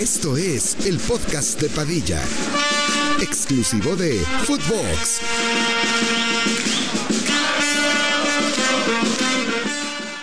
Esto es el podcast de Padilla, exclusivo de Footbox.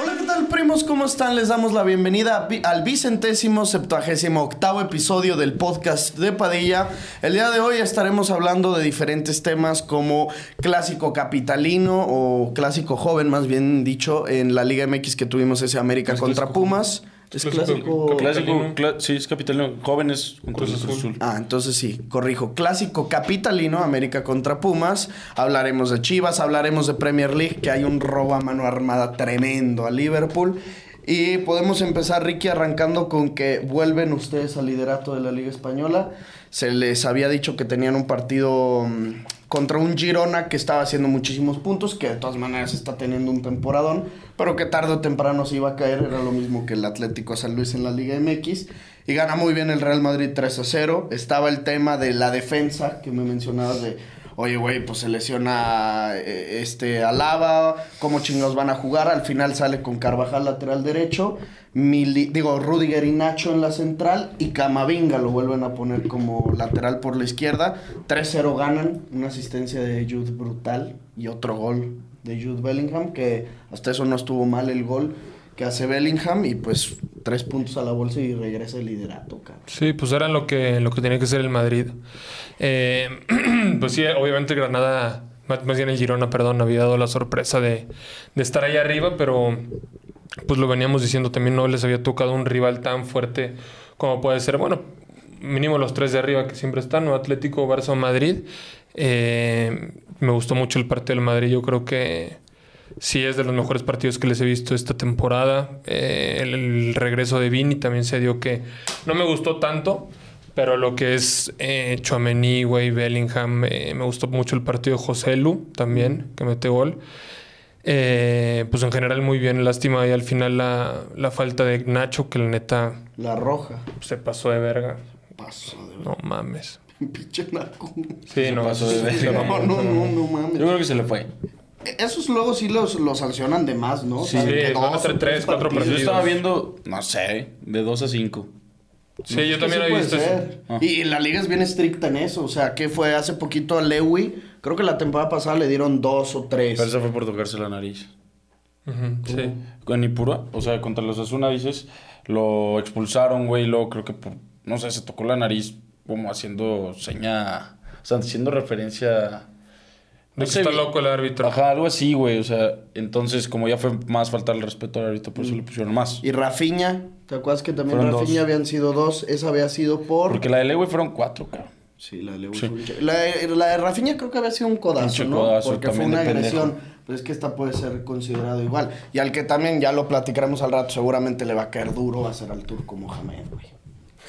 Hola, ¿qué tal, primos? ¿Cómo están? Les damos la bienvenida a bi- al vicentésimo, septuagésimo octavo episodio del podcast de Padilla. El día de hoy estaremos hablando de diferentes temas como clásico capitalino o clásico joven, más bien dicho, en la Liga MX que tuvimos ese América contra Pumas. Es clásico. Clásico- Clásico, Capitalino. cla- sí, es capitalino. Jóvenes contra Cruz el Cruz Azul. Azul. Ah, entonces sí, corrijo. Clásico capitalino, América contra Pumas. Hablaremos de Chivas, hablaremos de Premier League, que hay un robo a mano armada tremendo a Liverpool. Y podemos empezar, Ricky, arrancando con que vuelven ustedes al liderato de la Liga Española. Se les había dicho que tenían un partido mm, contra un Girona que estaba haciendo muchísimos puntos, que de todas maneras está teniendo un temporadón, pero que tarde o temprano se iba a caer. Era lo mismo que el Atlético San Luis en la Liga MX. Y gana muy bien el Real Madrid 3 a 0. Estaba el tema de la defensa que me mencionabas de, oye, güey, pues se lesiona eh, este Alaba, cómo chingados van a jugar. Al final sale con Carvajal lateral derecho, Mili- digo, Rudiger y Nacho en la central y Camavinga lo vuelven a poner como lateral por la izquierda. 3-0 ganan, una asistencia de Jude brutal y otro gol de Jude Bellingham, que hasta eso no estuvo mal el gol que hace Bellingham y pues tres puntos a la bolsa y regresa el liderato, cabrón. Sí, pues era lo que, lo que tenía que ser el Madrid. Eh, pues sí, obviamente Granada, más, más bien el Girona, perdón, había dado la sorpresa de, de estar ahí arriba, pero pues lo veníamos diciendo también, no les había tocado un rival tan fuerte como puede ser, bueno, mínimo los tres de arriba que siempre están, ¿no? Atlético, Barça o Madrid. Eh, me gustó mucho el partido del Madrid, yo creo que... Sí, es de los mejores partidos que les he visto esta temporada. Eh, el, el regreso de Vini también se dio que no me gustó tanto, pero lo que es eh, Chouameni, güey, Bellingham, eh, me gustó mucho el partido de José Lu también, que mete gol. Eh, pues en general muy bien, lástima y al final la, la falta de Nacho, que la neta La roja. se pasó de verga. Paso No mames. de pinche narco. Sí, no, pasó de sí, verga. no, No, no, no, no Yo mames. creo que se le fue. Esos luego sí los, los sancionan de más, ¿no? Sí, Saben sí, que van a dos ser o tres, cuatro Pero yo partidos. estaba viendo, no sé, de 2 a 5. Sí, yo Sí, también sí había puede visto eso. ser. Y, y la liga es bien estricta en eso. O sea, que fue hace poquito a Lewy. Creo que la temporada pasada le dieron dos o tres. Pero eso fue por tocarse la nariz. Ujú, sí. Con Ipura, o sea, contra los Asuna, dices, lo expulsaron, güey, luego creo que, por- no sé, se tocó la nariz como haciendo seña, o sea, haciendo referencia... De No que sé, está güey. loco el árbitro. Ajá, algo así, güey, o sea, entonces como ya fue más faltar el respeto al árbitro, por eso le pusieron más. Y Rafiña. ¿Te acuerdas que también Fueron Rafiña dos. habían sido dos? Esa había sido por. Porque la de Ley, güey, fueron cuatro, cabrón. Sí, la de Lewy. fue un ch- La, de- la de Rafinha creo que había sido un codazo, Pinche ¿no? codazo, Porque fue también una de agresión. pendejo. Pues es que esta puede ser considerado igual. Y al que también ya lo platicaremos al rato, seguramente le va a caer duro, va a ser al turco Mohamed, güey.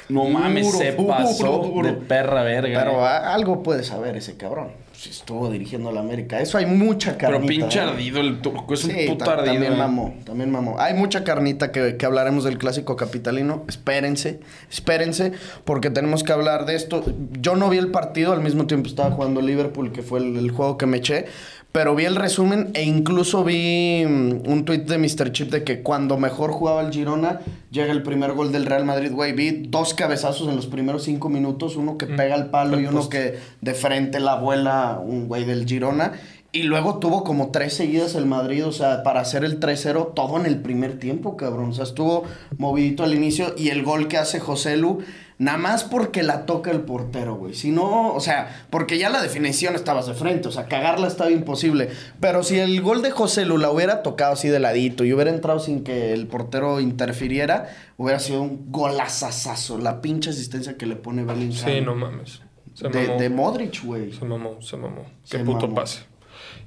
No mames, Duro, se duro, pasó duro. de perra verga. Pero eh. a- algo puede saber ese cabrón. Si estuvo dirigiendo a la América. Eso hay mucha carnita. Pero pinche ¿eh? ardido el turco, es Sí, un puto ta- ardido. También eh. mamó, también mamó. Hay mucha carnita que, que hablaremos del clásico capitalino. Espérense, espérense, porque tenemos que hablar de esto. Yo no vi el partido, al mismo tiempo estaba jugando Liverpool, que fue el, el juego que me eché. Pero vi el resumen e incluso vi mm, un tuit de Mr. Chip de que cuando mejor jugaba el Girona, llega el primer gol del Real Madrid, güey. Vi dos cabezazos en los primeros cinco minutos, uno que pega al palo y uno que de frente la abuela, un güey del Girona. Y luego tuvo como tres seguidas el Madrid, o sea, para hacer el 3-0 todo en el primer tiempo, cabrón. O sea, estuvo movidito al inicio y el gol que hace José Lu, nada más porque la toca el portero, güey. Si no, o sea, porque ya la definición estabas de frente, o sea, cagarla estaba imposible. Pero si el gol de José Lu la hubiera tocado así de ladito y hubiera entrado sin que el portero interfiriera, hubiera sido un golazazazo. La pinche asistencia que le pone Bellingham. Sí, no mames. Se de, mamó. de Modric, güey. Se mamó, se mamó. Se Qué puto mamó. pase.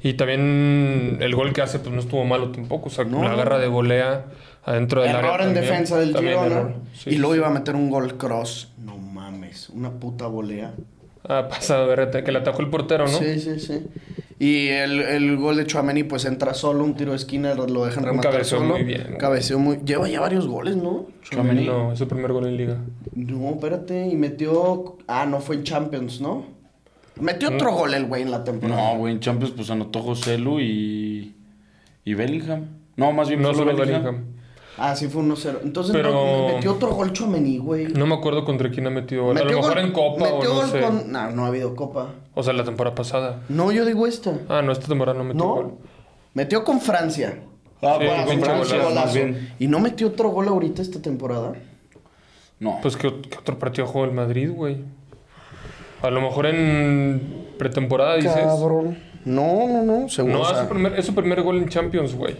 Y también el gol que hace, pues no estuvo malo tampoco. O sea, No, la no. garra de volea adentro del área. Error en también. defensa del También Girona. error. Sí, y luego sí. iba a meter un gol cross. No mames, una puta volea. Ah, pasado, ¿verdad? Que le atajó el portero, ¿no? Sí, sí, sí. Y el, el gol de Chuameni, pues entra solo, un tiro de esquina, lo dejan Un rematar cabeceo solo. muy bien. Cabeceó muy Lleva ya varios goles, ¿no? Tchouaméni. No, es su primer gol en liga. No, espérate. Y metió. Ah, no fue en Champions, ¿no? Metió otro gol el güey en la temporada. No, güey, en Champions pues anotó Joselu y. y Bellingham. No, más bien No solo solo Bellingham. Bellingham. Ah, sí, fue 1-0. Entonces Pero- no, metió otro gol Chomení, güey. No me acuerdo contra quién ha metido gol. A Metió lo mejor gol- en Copa metió o no gol sé. con- No, no ha habido Copa. O sea, la temporada pasada. No, yo digo esto. Ah, no, esta temporada no metió ¿No? gol. Metió con Francia. Ah, Sí, bueno, con pinche Francia, golazo, más más bien. ¿Y no metió otro gol ahorita esta temporada? No. Pues que otro partido jugó el Madrid, güey. A lo mejor en pretemporada dices. No, no, no. Seguro. No, o es sea, su, primer, es su primer gol en Champions, güey.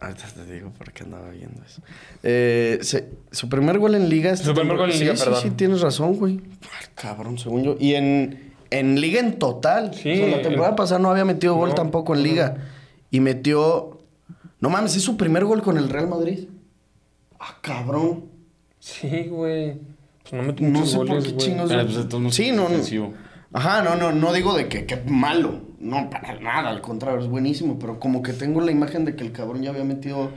Ahorita te digo por qué andaba viendo eso. Eh, se- su primer gol en Liga. esta Su primer gol en temporada- Liga, sí, perdón. Sí, sí, tienes razón, güey. Ah, cabrón, según yo. Y en, en Liga en total. Sí, O sea, la temporada el- pasada no había metido gol No, tampoco en Liga. Y metió. No mames, es su primer gol con el Real Madrid. Ah, cabrón. Sí, güey. Pues no metió No muchos sé por goles, qué güey. chingos. Pero, pues, entonces no sí, es no, ofensivo. no. Ajá, no, no, no digo de que, que malo. No, para nada, al contrario, es buenísimo. Pero como que tengo la imagen de que el cabrón ya había metido.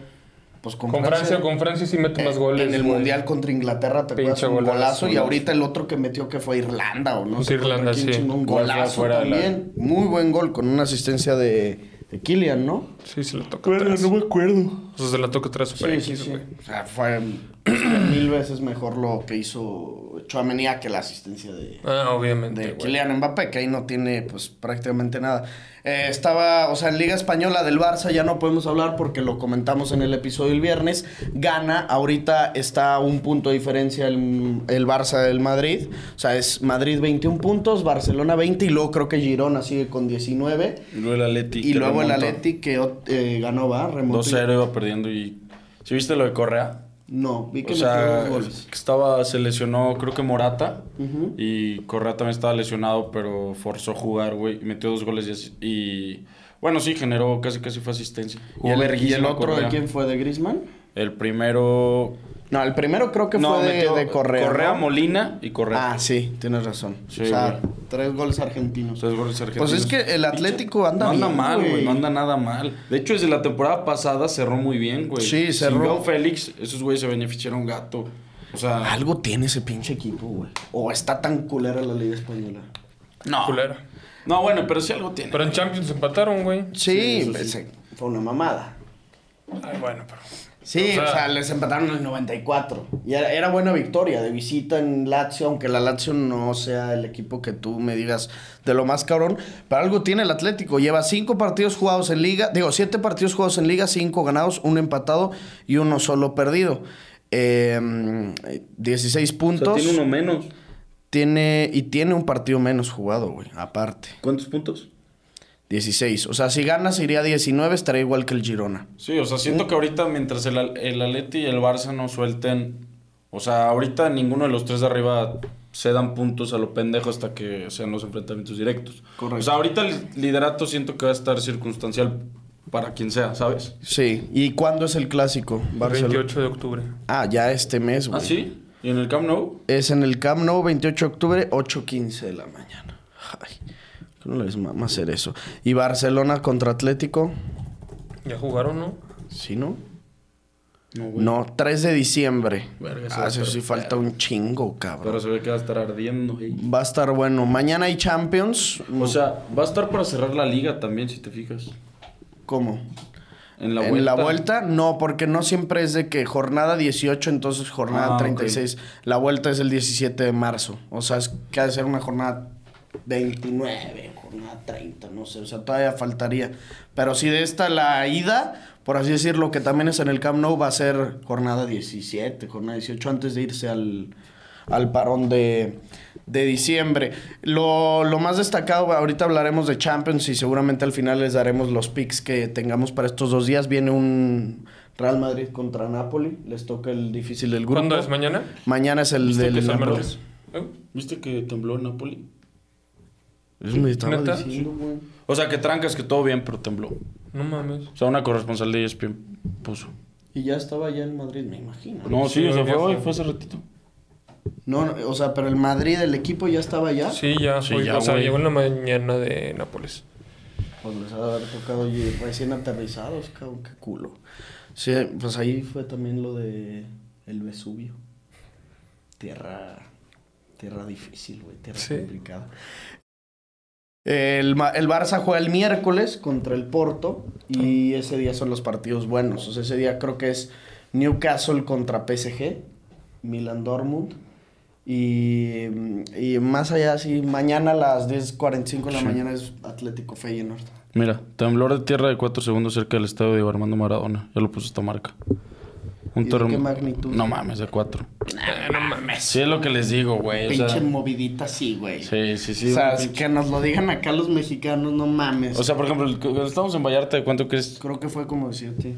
Pues con, Con Francia, con Francia sí mete más eh, goles. En el güey. Mundial contra Inglaterra, te acuerdas, Pinche un golazo, golazo. Y golazo. ahorita el otro que metió que fue Irlanda o no Pues sé contra Irlanda, quién, sí. chingó Un Gol fue golazo afuera del también. Muy buen gol con una asistencia de, de Kylian, ¿no? Sí, se la toca atrás. me acuerdo. O sea, se la toca atrás super Sí, sí, X, sí. güey. O sea, fue mil veces mejor lo que hizo Chouameni que la asistencia de, Ah, obviamente, de güey. Kylian Mbappé, que ahí no tiene pues prácticamente nada. Eh, estaba, o sea, en Liga Española del Barça ya no podemos hablar porque lo comentamos en el episodio el viernes. Gana, ahorita está a un punto de diferencia el, el Barça del Madrid. O sea, es Madrid 21 puntos, Barcelona 20 y luego creo que Girona sigue con 19. Y luego el Atleti. Y que luego el remontó. Atleti que eh, ganó, ¿va? Remontó. 2-0 iba perdiendo y... ¿Sí viste lo de Correa? No, vi que O metió sea, dos goles. que estaba, se lesionó, creo que Morata. Y Correa también estaba lesionado, pero forzó jugar, güey. Y metió dos goles y, así- y, Bueno, sí, generó casi casi fue asistencia. ¿Y el, y el verguísima otro de Correa. quién fue? ¿De Griezmann? El primero. No, el primero creo que no, fue de, metió de Correa. Correa, ¿no? Molina y Correa. Ah, sí, tienes razón. Sí, o sea, güey. tres goles argentinos. Tres goles argentinos. Pues es que el Atlético Pinche- anda No anda bien, mal, güey. güey. No anda nada mal. De hecho, desde la temporada pasada cerró muy bien, güey. Sí, Sin cerró. Joao Félix, esos güeyes se beneficiaron gato. O sea. Ah, Algo tiene ese pinche equipo, güey. O está tan culera la Liga Española. No. Culero. No, bueno, pero sí algo tiene. Pero en Champions empataron, güey. Sí, eso pues, sí. eh, fue una mamada. Ay, bueno, pero. Sí, o O sea, sea, les empataron el 94. Y era, era buena victoria de visita en Lazio, aunque la Lazio no sea el equipo que tú me digas de lo más cabrón. Pero algo tiene el Atlético. Lleva cinco partidos jugados en liga, digo, siete partidos jugados en liga, cinco ganados, un empatado y uno solo perdido. Em, 16 O sea, puntos. tiene uno menos. Tiene- y tiene un partido menos jugado, güey, aparte. ¿Cuántos puntos? 16. O sea, si ganas iría a 19, estaría igual que el Girona. Sí, o sea, siento que ahorita mientras el, Al- el Atleti y el Barça no suelten, o sea, ahorita ninguno de los tres de arriba se dan puntos a lo pendejo hasta que sean los enfrentamientos directos. Correcto. O sea, ahorita el liderato siento que va a estar circunstancial para quien sea, ¿sabes? Sí. ¿Y cuándo es el clásico? Barcelona. 28 de octubre. Ah, ya este mes, güey. ¿Ah, sí? ¿Y en el Camp Nou? Es en el Camp Nou, 28 de octubre, 8.15 de la mañana. Ay, ¿cómo no les mama hacer eso? ¿Y Barcelona contra Atlético? Ya jugaron, ¿no? ¿Sí, no? No, 3 de diciembre. Verga, eso ah, va a eso estar sí falta un chingo, cabrón. Pero se ve que va a estar ardiendo. güey. Va a estar bueno. Mañana hay Champions. O sea, va a estar para cerrar la liga también, si te fijas. ¿Cómo? En la en vuelta. la vuelta, no, porque no siempre es de que jornada 18, entonces jornada Ah, ok. 36. La vuelta es el 17 de marzo. O sea, es que ha de ser una jornada 29, jornada 30, no sé. O sea, todavía faltaría. Pero si de esta la ida, por así decirlo, que también es en el Camp Nou, va a ser jornada 17, jornada 18, antes de irse al, al parón de, de diciembre. Lo, lo más destacado, ahorita hablaremos de Champions y seguramente al final les daremos los picks que tengamos para estos dos días. Viene un Real Madrid contra Napoli, les toca el difícil del grupo. ¿Cuándo es? ¿Mañana? Mañana es el ¿Viste del que es el Napoli. martes? ¿Eh? ¿Viste que tembló en Napoli? Eso me estaba ¿Neta? diciendo, güey. O sea, que trancas que todo bien, pero tembló. No mames. O sea, una corresponsal de E ESPN puso. Y ya estaba ya en Madrid, me imagino. No, sí, Sí, o sea, fue viejo. hoy, fue hace ratito. No, no, o sea, pero el Madrid, el equipo ya estaba ya. Sí, ya Sí, fue. ya, o sea, güey. llegó en la mañana de Nápoles. Pues les ha de haber tocado y recién aterrizados, cabrón, qué culo. Sí, pues ahí fue también lo de el Vesubio. Tierra, tierra difícil, güey, tierra Sí. complicada. El, Ma- el Barça juega el miércoles contra el Porto y ese día son los partidos buenos. O sea, ese día creo que es Newcastle contra PSG, Milan Dortmund. Y, y más allá, sí, mañana a las 10.45 de la mañana es Atlético Feyenoord. Mira, temblor de tierra de 4 segundos cerca del estadio de Diego Armando Maradona. Ya lo puso esta marca. ¿Y de terrem- qué magnitud? No mames, de 4. no mames. Sí es lo que les digo, güey. o sea, Pinche movidita, sí, güey. sí, sí, sí. o sea, un es pinche- que nos lo digan acá los mexicanos, no mames. o sea, por ejemplo, el- cuando estábamos en Vallarta, ¿cuánto crees? creo que fue como 7.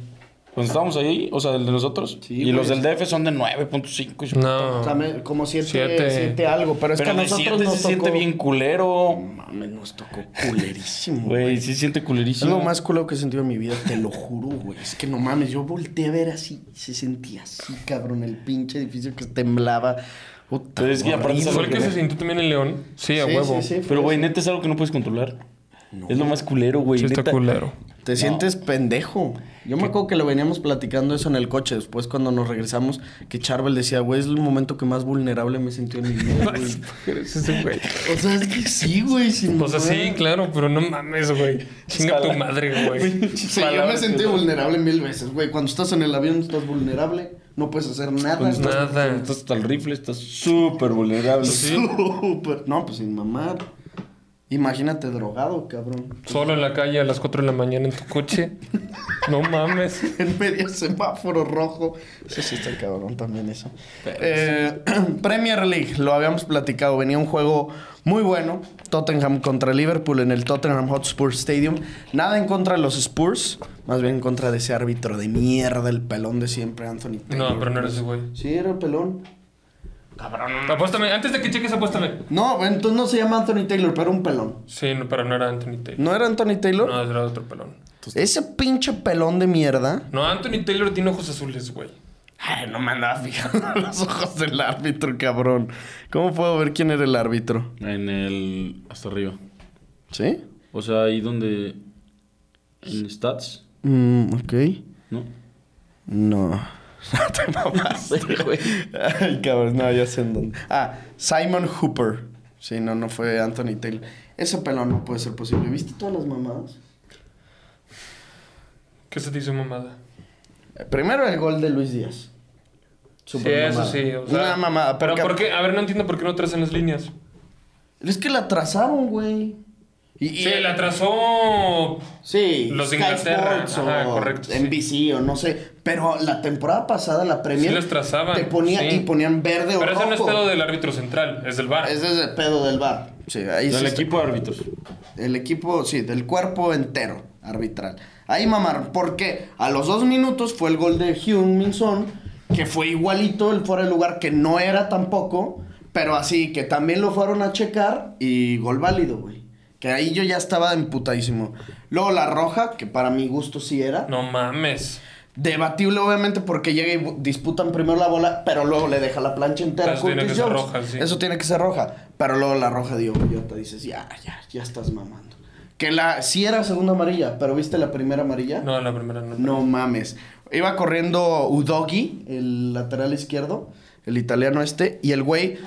Cuando estábamos ahí, o sea, el de nosotros. Sí, pues. y güey. los del DF son de 9.5. y su- O No. sea, me- como 7 Siete. algo, pero es Ah, Pero que a de nosotros siete nos se tocó... siente bien culero. No mames, nos tocó culerísimo, Güey, sí se siente Mm, Es culerísimo. lo más culero que he sentido en mi vida, te lo juro, güey. Es que no mames, yo volteé a ver así, se sentía así, cabrón, el pinche edificio que temblaba. Puta, Pero es que aparte horrible. ¿Fue el que se sintió también en León? Sí, a Sí, sí, huevo. sí, fue Pero, güey, eso. neta es algo que no puedes controlar. Es lo más culero, güey. Sí está neta. culero. Te sientes pendejo. Yo me acuerdo que lo veníamos platicando eso en el coche. Después, cuando nos regresamos, que Charvel decía, güey, es el momento que más vulnerable me sentí en mi vida, güey. Eres ese güey. O sea, es que sí, güey. sin O sea, sí, duda. Pues claro, pero no mames, güey. Chinga tu madre, güey. Sí, yo me sentí vulnerable mil veces, güey. Cuando estás en el avión, estás vulnerable. No puedes hacer nada. Pues estás nada. Estás hasta el rifle, estás súper vulnerable. Sí. súper- No, pues sin mamar. Imagínate drogado, cabrón. Solo en la calle a las 4 de la mañana en tu coche. No mames. En medio semáforo rojo. Eso sí está cabrón también eso. Eh, Premier League, lo habíamos platicado. Venía un juego muy bueno. Tottenham contra Liverpool en el Tottenham Hotspur Stadium. Nada en contra de los Spurs. Más bien en contra de ese árbitro de mierda, el pelón de siempre, Anthony Taylor. No, pero no eres ese güey. Sí, era el pelón. Apuéstame, antes de que cheques, apuéstame. No, entonces no se llama Anthony Taylor, pero era un pelón. Sí, no, pero no era Anthony Taylor. ¿No era Anthony Taylor? No, era otro pelón. Ese pinche pelón de mierda. No, Anthony Taylor tiene ojos azules, güey. Ay, no me andaba fijando en los ojos del árbitro, cabrón. ¿Cómo puedo ver quién era el árbitro? En el. Hasta arriba. ¿Sí? O sea, ahí donde. En stats, Mm, ok. ¿no? No. No te mamaste, güey. Ay, cabrón, no, ya sé en dónde. Ah, Simon Hooper. Sí, no, no fue Anthony Taylor. Ese pelón no puede ser posible. ¿Viste todas las mamadas? ¿Qué se te hizo mamada? Eh, Primero el gol de Luis Díaz. Sí, eso sí. O sea, Una mamada. Pero porque- ¿por qué? A ver, no entiendo por qué no trazan las líneas. Es que la atrasaron, güey. Y, y- Sí, la trazó. Sí, Los de Sky Inglaterra, Sports ajá, o correcto, sí. NBC o no sé. Pero la temporada pasada, la Premier. Sí los trazaban, Te ponía sí. y ponían verde o Pero ese rojo. no es pedo del árbitro central, es del bar. Ese es el pedo del bar. Sí, ahí sí Del está. equipo de árbitros. El equipo, sí, del cuerpo entero arbitral. Ahí mamaron, porque a los dos minutos fue el gol de Hyun Min Son, que fue igualito el fuera de lugar, que no era tampoco, pero así que también lo fueron a checar y gol válido, güey. Que ahí yo ya estaba emputadísimo. Luego la roja, que para mi gusto sí era. No mames. Debatible, obviamente, porque llega y bu- disputan primero la bola, pero luego le deja la plancha entera. a Eso tiene Curtis que ser Jones. roja, sí. Eso tiene que ser roja. Pero luego la roja de Ocoyota dices, ya, ya, ya estás mamando. Que la sí era segunda amarilla, pero ¿viste la primera amarilla? No, la primera no. No mames. Iba corriendo Udogi, el lateral izquierdo, el italiano este, y el güey,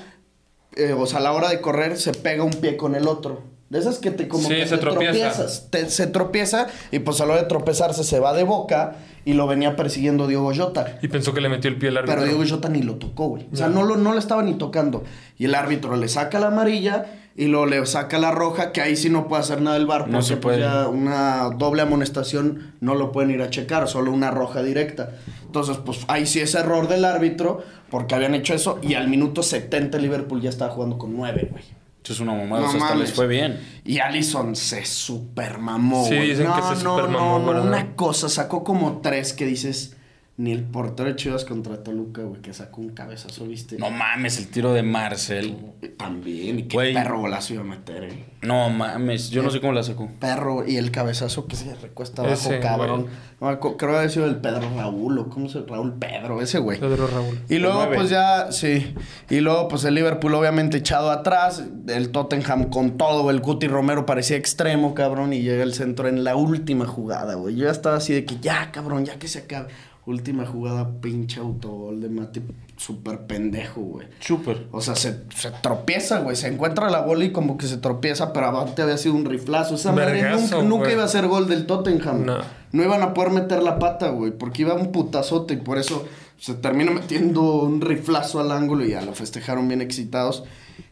eh, o sea, a la hora de correr se pega un pie con el otro. De esas que te como Sí, que se te tropieza. tropiezas. Te- se tropieza y pues a la hora de tropezarse se va de boca y lo venía persiguiendo Diego Jota. Y pensó que le metió el pie al árbitro. Pero Diego Jota ni lo tocó, güey. O sea, Ya. no lo, no lo estaba ni tocando. Y el árbitro le saca la amarilla y luego le saca la roja, que ahí sí no puede hacer nada el bar. No se porque, pues, puede. ya una doble amonestación no lo pueden ir a checar, solo una roja directa. Entonces, pues ahí sí es error del árbitro, porque habían hecho eso. Y al minuto 70 Liverpool ya estaba jugando con 9, güey. Eso es una mamada. No o sea, hasta mames. les fue bien. Y Allison se supermamó, Sí, güey. dicen no, que se no, supermamó, no, no, ¿verdad? una cosa. Sacó como tres que dices... Ni el portero de Chivas contra Toluca, güey, que sacó un cabezazo, ¿viste? No mames, el tiro de Marcel. También, y qué Güey. perro golazo iba a meter, eh. No mames, yo no sé cómo la sacó. Perro, y el cabezazo que se recuesta abajo, Ese, cabrón. güey. No me acu- creo que había sido el Pedro Raúl, o cómo se Raúl Pedro, ese güey. Pedro Raúl. Y luego, nueve. pues ya, sí. Y luego, pues el Liverpool, obviamente, echado atrás. El Tottenham con todo. El Cuti Romero parecía extremo, cabrón. Y llega el centro en la última jugada, güey. Yo ya estaba así de que ya, cabrón, ya que se acabe. Última jugada, pinche autogol de Mati, súper pendejo, güey. Súper. O sea, se, se tropieza, güey. Se encuentra la bola y como que se tropieza, pero abajo te había sido un riflazo. Esa madre Vergazo, nunca, nunca güey. iba a ser gol del Tottenham. No. No. iban a poder meter la pata, güey, porque iba un putazote y por eso se termina metiendo un riflazo al ángulo y ya lo festejaron bien excitados.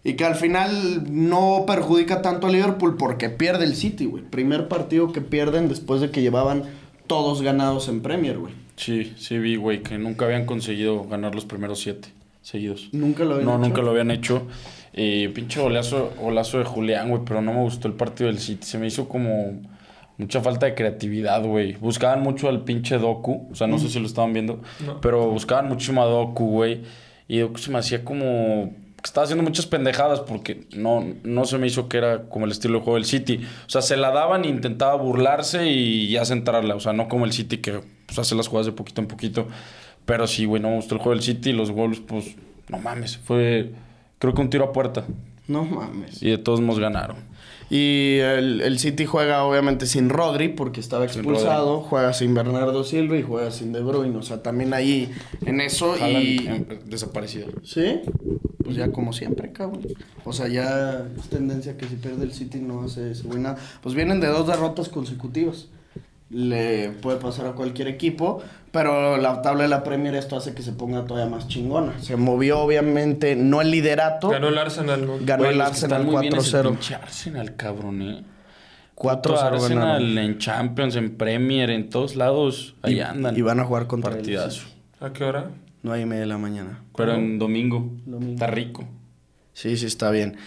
Y que al final no perjudica tanto a Liverpool porque pierde el City, güey. Primer partido que pierden después de que llevaban todos ganados en Premier, güey. Sí, sí vi, güey, que nunca habían conseguido ganar los primeros siete seguidos. Nunca lo habían No, hecho. nunca lo habían hecho. Y pinche golazo, golazo de Julián, güey, pero no me gustó el partido del City. Se me hizo como mucha falta de creatividad, güey. Buscaban mucho al pinche Doku, o sea, Mm. no sé si lo estaban viendo, pero buscaban muchísimo a Doku, güey. Y Doku se me hacía como que estaba haciendo muchas pendejadas porque no, no se me hizo que era como el estilo de juego del City. O sea, se la daban e intentaba burlarse y ya centrarla. O sea, no como el City que pues, hace las jugadas de poquito en poquito. Pero sí, güey, no me gustó el juego del City. Los goles, pues, no mames. Fue, creo que un tiro a puerta. No mames. Y de todos nos ganaron. Y el, el City juega obviamente sin Rodri porque estaba expulsado, juega sin Bernardo Silva y juega sin De Bruyne, o sea, también ahí en eso y Haaland, eh, desaparecido. sí, pues ya como siempre, cabrón. O sea, ya es tendencia que si pierde el City no hace ese güey nada. Pues vienen de dos derrotas consecutivas. Le puede pasar a cualquier equipo, pero la tabla de la Premier esto hace que se ponga todavía más chingona. Se movió obviamente no el liderato, Ganó el Arsenal, ¿no? Ganó Güey, el los que están Arsenal muy bien es el 4-0. pinche Arsenal, cabrón, eh. 4-0 Arsenal ganaron. en Champions, en Premier, en todos lados. Ahí andan. Y van a jugar contra ellos. Partidazo. ¿A qué hora? 9 y media de la mañana. Pero en domingo. Domingo. Está rico. Sí, sí, está bien.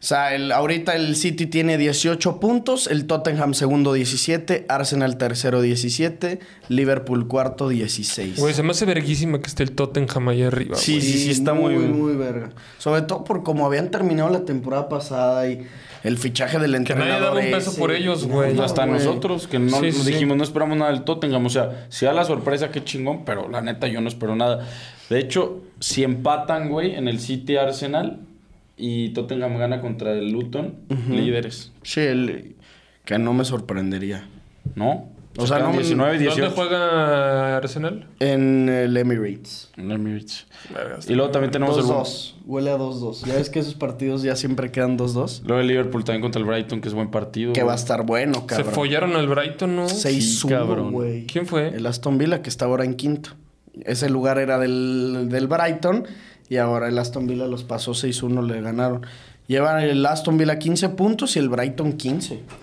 O sea, el- ahorita el City tiene 18 puntos, el Tottenham segundo 17, Arsenal tercero 17, Liverpool cuarto 16. Güey, se me hace verguísima que esté el Tottenham ahí arriba. sí, güey. sí, sí, está muy, muy, verga. Sobre todo por cómo habían terminado la temporada pasada y el fichaje del Que nadie entrenador. daba un peso ese. por ellos, güey. Y Pues no, hasta güey. nosotros, que no Sí, nos sí. dijimos, no esperamos nada del Tottenham. O sea, si da la sorpresa, qué chingón, pero la neta yo no espero nada. De hecho, si empatan, güey, en el City Arsenal y Tottenham gana contra el Luton, líderes, Sí, el- que no me sorprendería. ¿no? O sea, quedan no- 19, ¿Dónde 18. juega Arsenal? En el Emirates. En Emirates. Y luego también tenemos el... 2-2. Huele a 2-2. Ya ves que esos partidos ya siempre quedan 2-2. Luego el Liverpool también contra el Brighton, que es buen partido. Que güey. va a estar bueno, Se cabrón. follaron al Brighton, ¿no? Seis Sí, uno, cabrón. güey. ¿Quién fue? El Aston Villa, que está ahora en quinto. Ese lugar era del, del Brighton y ahora el Aston Villa los pasó 6-1, le ganaron. Llevan el Aston Villa 15 puntos y el Brighton 15.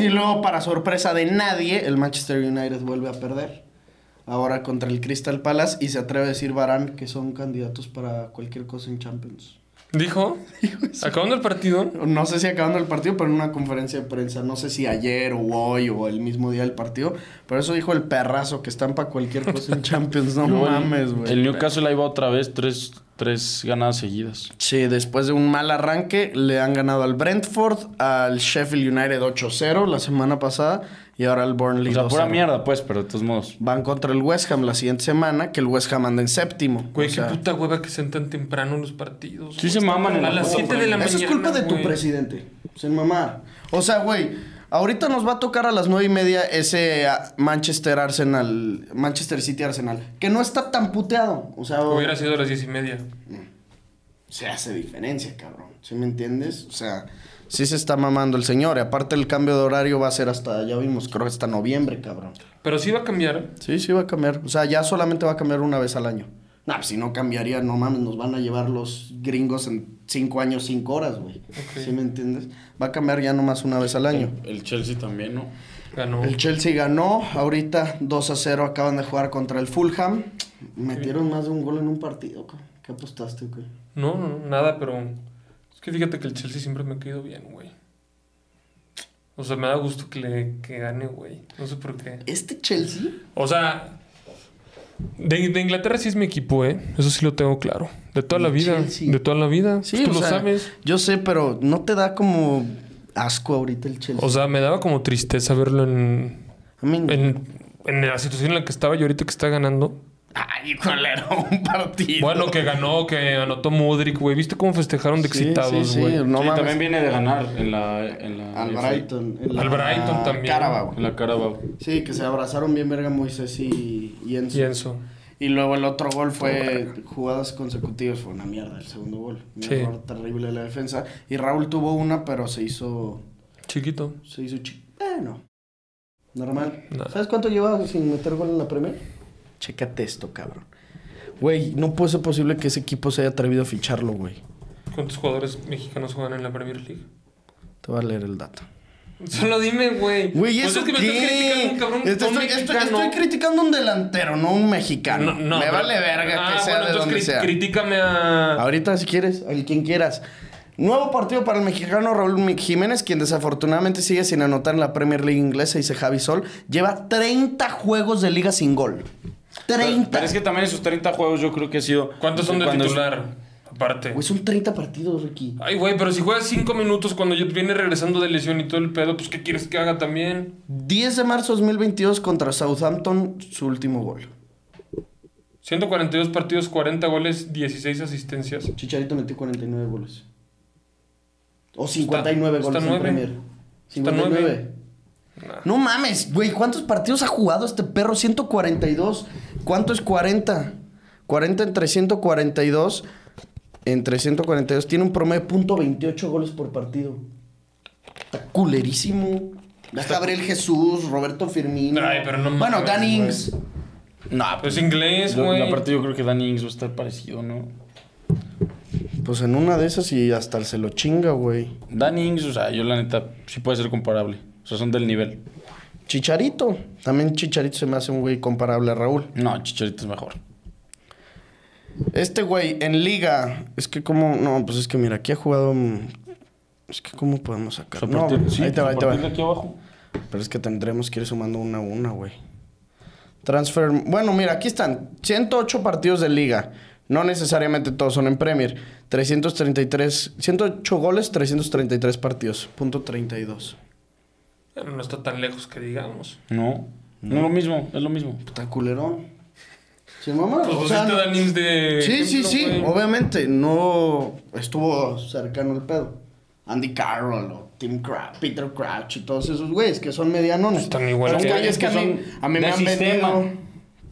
Y luego, para sorpresa de nadie, el Manchester United vuelve a perder. Ahora contra el Crystal Palace y se atreve a decir Barán que son candidatos para cualquier cosa en Champions. Dijo, acabando el partido, No sé si acabando el partido, pero en una conferencia de prensa, no sé si ayer o hoy o el mismo día del partido, pero eso dijo el perrazo que están para cualquier cosa en Champions, no Luego el- mames, El güey. Newcastle ahí va otra vez, tres, tres ganadas seguidas. Sí, después de un mal arranque le han ganado al Brentford, al Sheffield United 8-0 la semana pasada y ahora al O Burnley sea, pura 2-0. mierda, pues, pero de todos modos. Van contra el West Ham la siguiente semana, que el West Ham anda en séptimo. güey, o qué sea, puta hueva que se tan temprano los partidos. Sí güey. se maman en A la las juega, 7 de la mañana. Eso es culpa de tu güey. presidente, sin mamar. O sea, güey, ahorita nos va a tocar a las nueve y media ese ah, Manchester Arsenal, Manchester City Arsenal, que no está tan puteado. O sea, Hubiera sido a las 10 y media. se hace diferencia, cabrón. ¿Sí me entiendes? O sea, sí se está mamando el señor. Y aparte el cambio de horario va a ser hasta, ya vimos, creo que hasta noviembre, cabrón. Pero sí va a cambiar. Sí, sí va a cambiar. O sea, ya solamente va a cambiar una vez al año. Nah, pues, si no cambiaría, no mames, nos van a llevar los gringos en cinco años, cinco horas, güey. Ok. ¿Sí me entiendes? Va a cambiar ya nomás una vez al año. El Chelsea también, ¿no? Ganó. El Chelsea ganó, ahorita 2 a 0 acaban de jugar contra el Fulham. Metieron más de un gol en un partido, cabrón. ¿Qué apostaste, güey? No, no, no, nada, pero. Es que fíjate que el Chelsea siempre me ha caído bien, güey. O sea, me da gusto que, le, que gane, güey. No sé por qué. ¿Este Chelsea? O sea, de, de Inglaterra sí es mi equipo, ¿eh? Eso sí lo tengo claro. De toda la vida. Chelsea. De toda la vida. Tú o lo sea, sabes. Yo sé, pero no te da como asco ahorita el Chelsea. O sea, me daba como tristeza verlo en, a mí no. en, en la situación en la que estaba y ahorita que está ganando. Ay, colero, un partido. Bueno, que ganó, que anotó Mudrik, güey. ¿Viste cómo festejaron de Sí, excitados, sí, sí, güey? no sí, mames. también viene de ganar en la. En la Al Brighton. en Al Brighton también. Carabao. En la Carabao. Sí, que se abrazaron bien verga Moisés y, y Enzo. Y Enzo. Y luego el otro gol fue jugadas consecutivas, fue una mierda el segundo gol. Un Sí. error terrible de la defensa. Y Raúl tuvo una, pero se hizo. Chiquito. Se hizo chi- Bueno. Normal. No. ¿Sabes cuánto llevaba sin meter gol en la Premier? Chécate esto, cabrón. Güey, no puede ser posible que ese equipo se haya atrevido a ficharlo, güey. ¿Cuántos jugadores mexicanos juegan en la Premier League? Te voy a leer el dato. Solo dime, güey. Güey, Pues ¿eso es que me qué? estás criticando un cabrón. Este- un estoy, estoy- mexicano. estoy criticando un delantero, no un mexicano. Ah, No, no, Me pero- vale verga Ah, que sea bueno, de entonces donde cri- sea. Critícame a. Ahorita, si quieres, el quien quieras. Nuevo partido para el mexicano Raúl Mi- Jiménez, quien desafortunadamente sigue sin anotar en la Premier League inglesa, dice Javi Sol. Lleva 30 juegos de liga sin gol. 30. Pero es que también esos 30 juegos yo creo que ha sido. ¿Cuántos son de cuando- titular? Aparte. Güey, son 30 partidos, Ricky. Ay, güey, pero si juegas cinco minutos cuando yo viene regresando de lesión y todo el pedo, pues ¿qué quieres que haga también? 10 de marzo 2022 contra Southampton, su último gol. 142 partidos, 40 goles, 16 asistencias. Chicharito metió 49 goles. O 59 está goles en nueve. Premier. Está 59. No mames, güey, ¿cuántos partidos ha jugado este perro? 142. ¿Cuánto es 40? 40 entre 142. Entre 142. Tiene un promedio de punto 28 goles por partido. Está culerísimo. Ya está Gabriel Jesús, Roberto Firmino. Ay, pero no bueno, mames, Dan güey. Ings. No, Es inglés, pues, Yo- güey. aparte, yo creo que Danny Ings va a estar parecido, ¿no? pues en una de esas y hasta se lo chinga, güey. Danny Ings, o sea, yo la neta, sí puede ser comparable. O sea, son del nivel. Chicharito. También Chicharito se me hace un güey comparable a Raúl. No, Chicharito es mejor. Este güey en liga, es que como, no, pues es que mira, aquí ha jugado, mm, es que cómo podemos O sacar. sea, a No, partir- sí, ahí te va, a ahí te va. partir de aquí abajo. Pero es que tendremos que ir sumando una a una, güey. Transfer, bueno, mira, aquí están, 108 partidos de liga. No necesariamente todos son en Premier. 333, 108 goles, 333 partidos, punto 32. Bueno, no está tan lejos que digamos. No, no es lo mismo, es lo mismo. Puta culerón. Sí, mamá. Pues o pusiste sea, a Dan Ings de. Sí, sí, ejemplo, sí, güey. obviamente, no estuvo cercano el pedo. Andy Carroll o Tim Crouch, Peter Crouch y todos esos güeyes que son medianones. Están igual Pero que- es que, es que a mí, son a mí me de han sistema. vendido.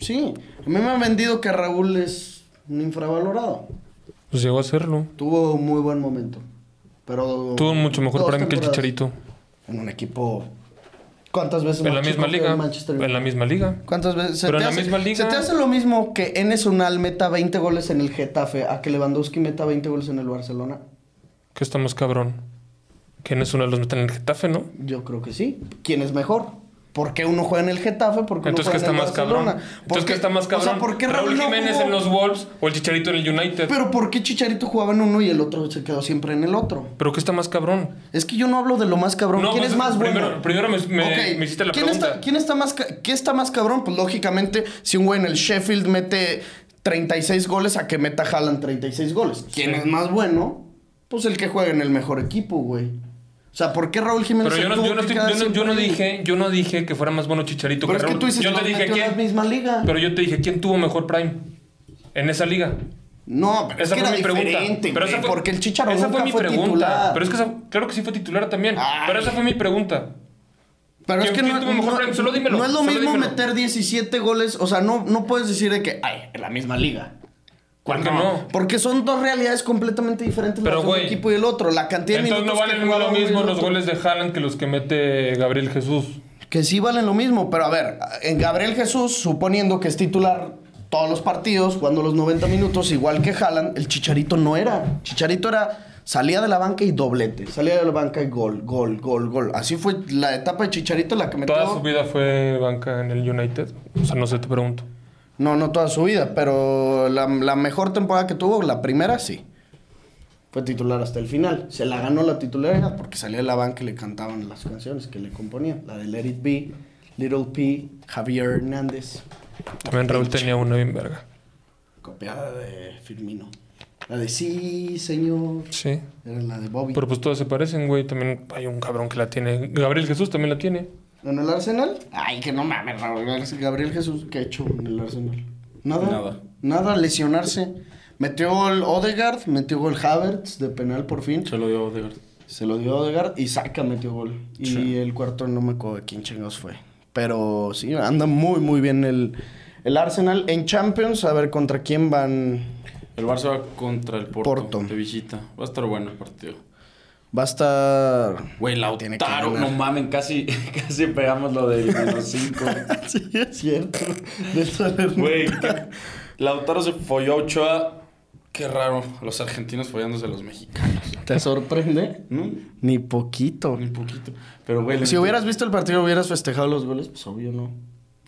Sí, a mí me han vendido que Raúl es un infravalorado. Pues llegó a hacerlo. Tuvo un muy buen momento. Pero Tuvo un mucho mejor dos para que el temporadas Chicharito. En un equipo. ¿Cuántas veces más En la chico misma que el liga. Manchester En la United? misma liga. ¿Cuántas veces? Pero te en la hace- misma liga. ¿Se te hace lo mismo que Enes Unal meta 20 goles en el Getafe a que Lewandowski meta 20 goles en el Barcelona? Que está más cabrón. Que no es uno de los meten en el Getafe, ¿no? Yo creo que sí. ¿Quién es mejor? ¿Por qué uno juega en el Getafe? ¿Por qué uno Entonces, ¿qué juega está en el más cabrón? Barcelona? ¿Por Entonces, qué- ¿qué está más cabrón? O sea, ¿por qué Raúl no Jiménez jugó? en los Wolves o el Chicharito en el United? Pero, Pero ¿por qué Chicharito jugaba en uno y el otro se quedó siempre en el otro? ¿qué está más cabrón? Es que yo no hablo de lo más cabrón. No, ¿Quién pues, es más bueno? primero- primero me- me- Ok, me hiciste la ¿quién pregunta. Está, ¿Quién está más ca- qué está más cabrón? Pues lógicamente, si un güey en el Sheffield mete 36 goles, a que meta Haaland 36 goles. ¿Quién Sí. es más bueno? Pues el que juega en el mejor equipo, güey. O sea, ¿por qué Raúl Jiménez Pero yo se no, tuvo yo no que estoy- quedar yo no- yo siempre no ahí? dije, yo no dije que fuera más bueno Chicharito Pero es que Raúl. tú dices yo que te los dije metió en la quién. misma liga. Pero yo te dije quién tuvo mejor prime en esa liga. No, pero Esa es que fue era mi pregunta. diferente, Pero esa güey, fue- porque el Chicharo esa nunca fue mi pregunta. titular. Pero es que esa- claro que sí fue titular también. Ay. Pero esa fue mi pregunta. Pero es ¿Quién- que quién no, tuvo mejor no- premio? Solo dímelo, no es lo solo mismo dímelo. meter 17 goles. O sea, no, no puedes decir de que, ay, en la misma liga. ¿Por qué no? Porque son dos realidades completamente diferentes. Pero, la de un güey, equipo y el otro. La cantidad de Entonces minutos no que valen jugaba lo uno y el mismo los otro. goles de Haaland que los que mete Gabriel Jesús. Que sí valen lo mismo. Pero a ver, en Gabriel Jesús, suponiendo que es titular todos los partidos, jugando los 90 minutos, igual que Haaland, el Chicharito no era. Chicharito era... Salía de la banca y doblete. Salía de la banca y gol, gol, gol, gol. Así fue la etapa de Chicharito la que metió... Toda su vida fue banca en el United. O sea, no sé, te pregunto. No, no toda su vida, pero la, la mejor temporada que tuvo, la primera, sí. Fue titular hasta el final. Se la ganó la titularidad porque salía de la banca y le cantaban las canciones que le componían. La de Let It Be, Little P, Javier Hernández, También Raúl tenía una bien verga. copiada de Firmino. La de Sí, señor. Sí. Era la de Bobby. Pero pues todas se parecen, güey. También hay un cabrón que la tiene. Gabriel Jesús también la tiene. ¿En el Arsenal? Ay, que no mames, Raúl. Gabriel Jesús, ¿qué ha hecho en el Arsenal? Nada. Nada. Nada. lesionarse. Metió gol Odegaard, metió gol Havertz de penal por fin. Se lo dio a Odegaard. Se lo dio Odegaard y Saca metió gol. Y Sí. el cuarto no me acuerdo de quién chingados fue. Pero sí, anda muy, muy bien el, el Arsenal. En Champions, a ver contra quién van. El Barça va contra el Porto, Porto. de visita. Va a estar bueno el partido. Va a estar. Güey, Tiene que Lautaro, ganar. no mamen, casi, casi pegamos lo del menos 5. sí, es cierto. Del San Hernández. Güey, que- Lautaro se folló a Ochoa. Qué raro, los argentinos follándose a los mexicanos. ¿Te sorprende? ¿No? Ni poquito. Un poquito. Pero, güey, le Si metió hubieras visto el partido, hubieras festejado los goles, pues obvio no.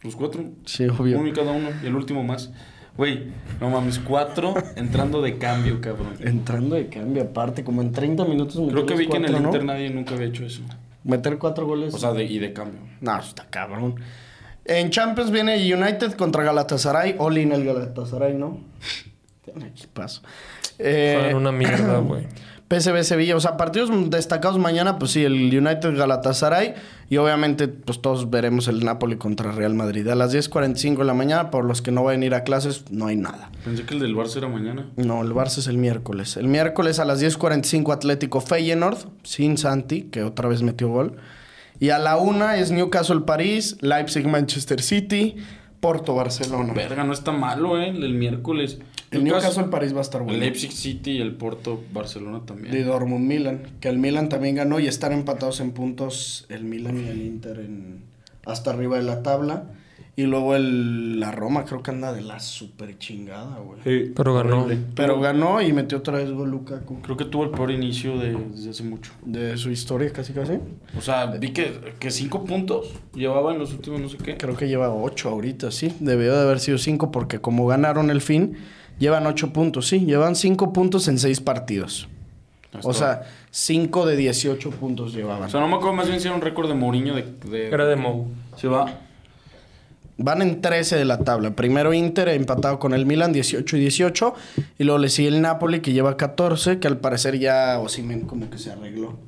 Los cuatro. Sí, obvio. Uno y cada uno. Y el último más. Güey, no mames, cuatro entrando de cambio, cabrón. Entrando de cambio, aparte, como en 30 minutos metió Creo que los vi que en el cuatro, ¿no? Inter nadie nunca había hecho eso. Meter cuatro goles. O sea, de- y de cambio. No, pues, está cabrón. En Champions viene United contra Galatasaray. Oli en el Galatasaray, ¿no? Tiene equipazo. Eh, Fueron una mierda, güey. PSV Sevilla. O sea, partidos destacados mañana, pues sí, el United Galatasaray. Y obviamente, pues todos veremos el Napoli contra Real Madrid. A las 10.45 de la mañana, por los que no vayan a ir a clases, no hay nada. Pensé que el del Barça era mañana. No, el Barça es el miércoles. El miércoles a las 10.45 Atlético Feyenoord, sin Santi, que otra vez metió gol. Y a la una es Newcastle París, Leipzig Manchester City, Porto Barcelona. Verga, no está malo, ¿eh? El, el miércoles. El Newcastle París va a estar El bueno. Leipzig City y el Porto Barcelona también. De Dortmund Milan, que el Milan también ganó y están empatados en puntos el Milan y el Inter en, hasta arriba de la tabla. Y luego el, la Roma creo que anda de la super chingada, güey. Pero ganó. Horrible. Pero ganó y metió otra vez gol Lukaku. Creo que tuvo el peor inicio de, desde hace mucho. De su historia casi casi. O sea, vi que, que cinco puntos llevaba en los últimos no sé qué. Creo que lleva ocho ahorita, sí. Debió de haber sido cinco porque como ganaron el fin, llevan ocho puntos, sí. Llevan cinco puntos en seis partidos. O sea, Hasta- cinco de 18 puntos llevaban. O sea, no me acuerdo más bien si era un récord de Mourinho de... de- Era de Mou. Se va. Van en 13 de la tabla. Primero Inter empatado con el Milan, 18 y 18. Y luego le sigue el Napoli que lleva 14, que al parecer ya Osimen como que se arregló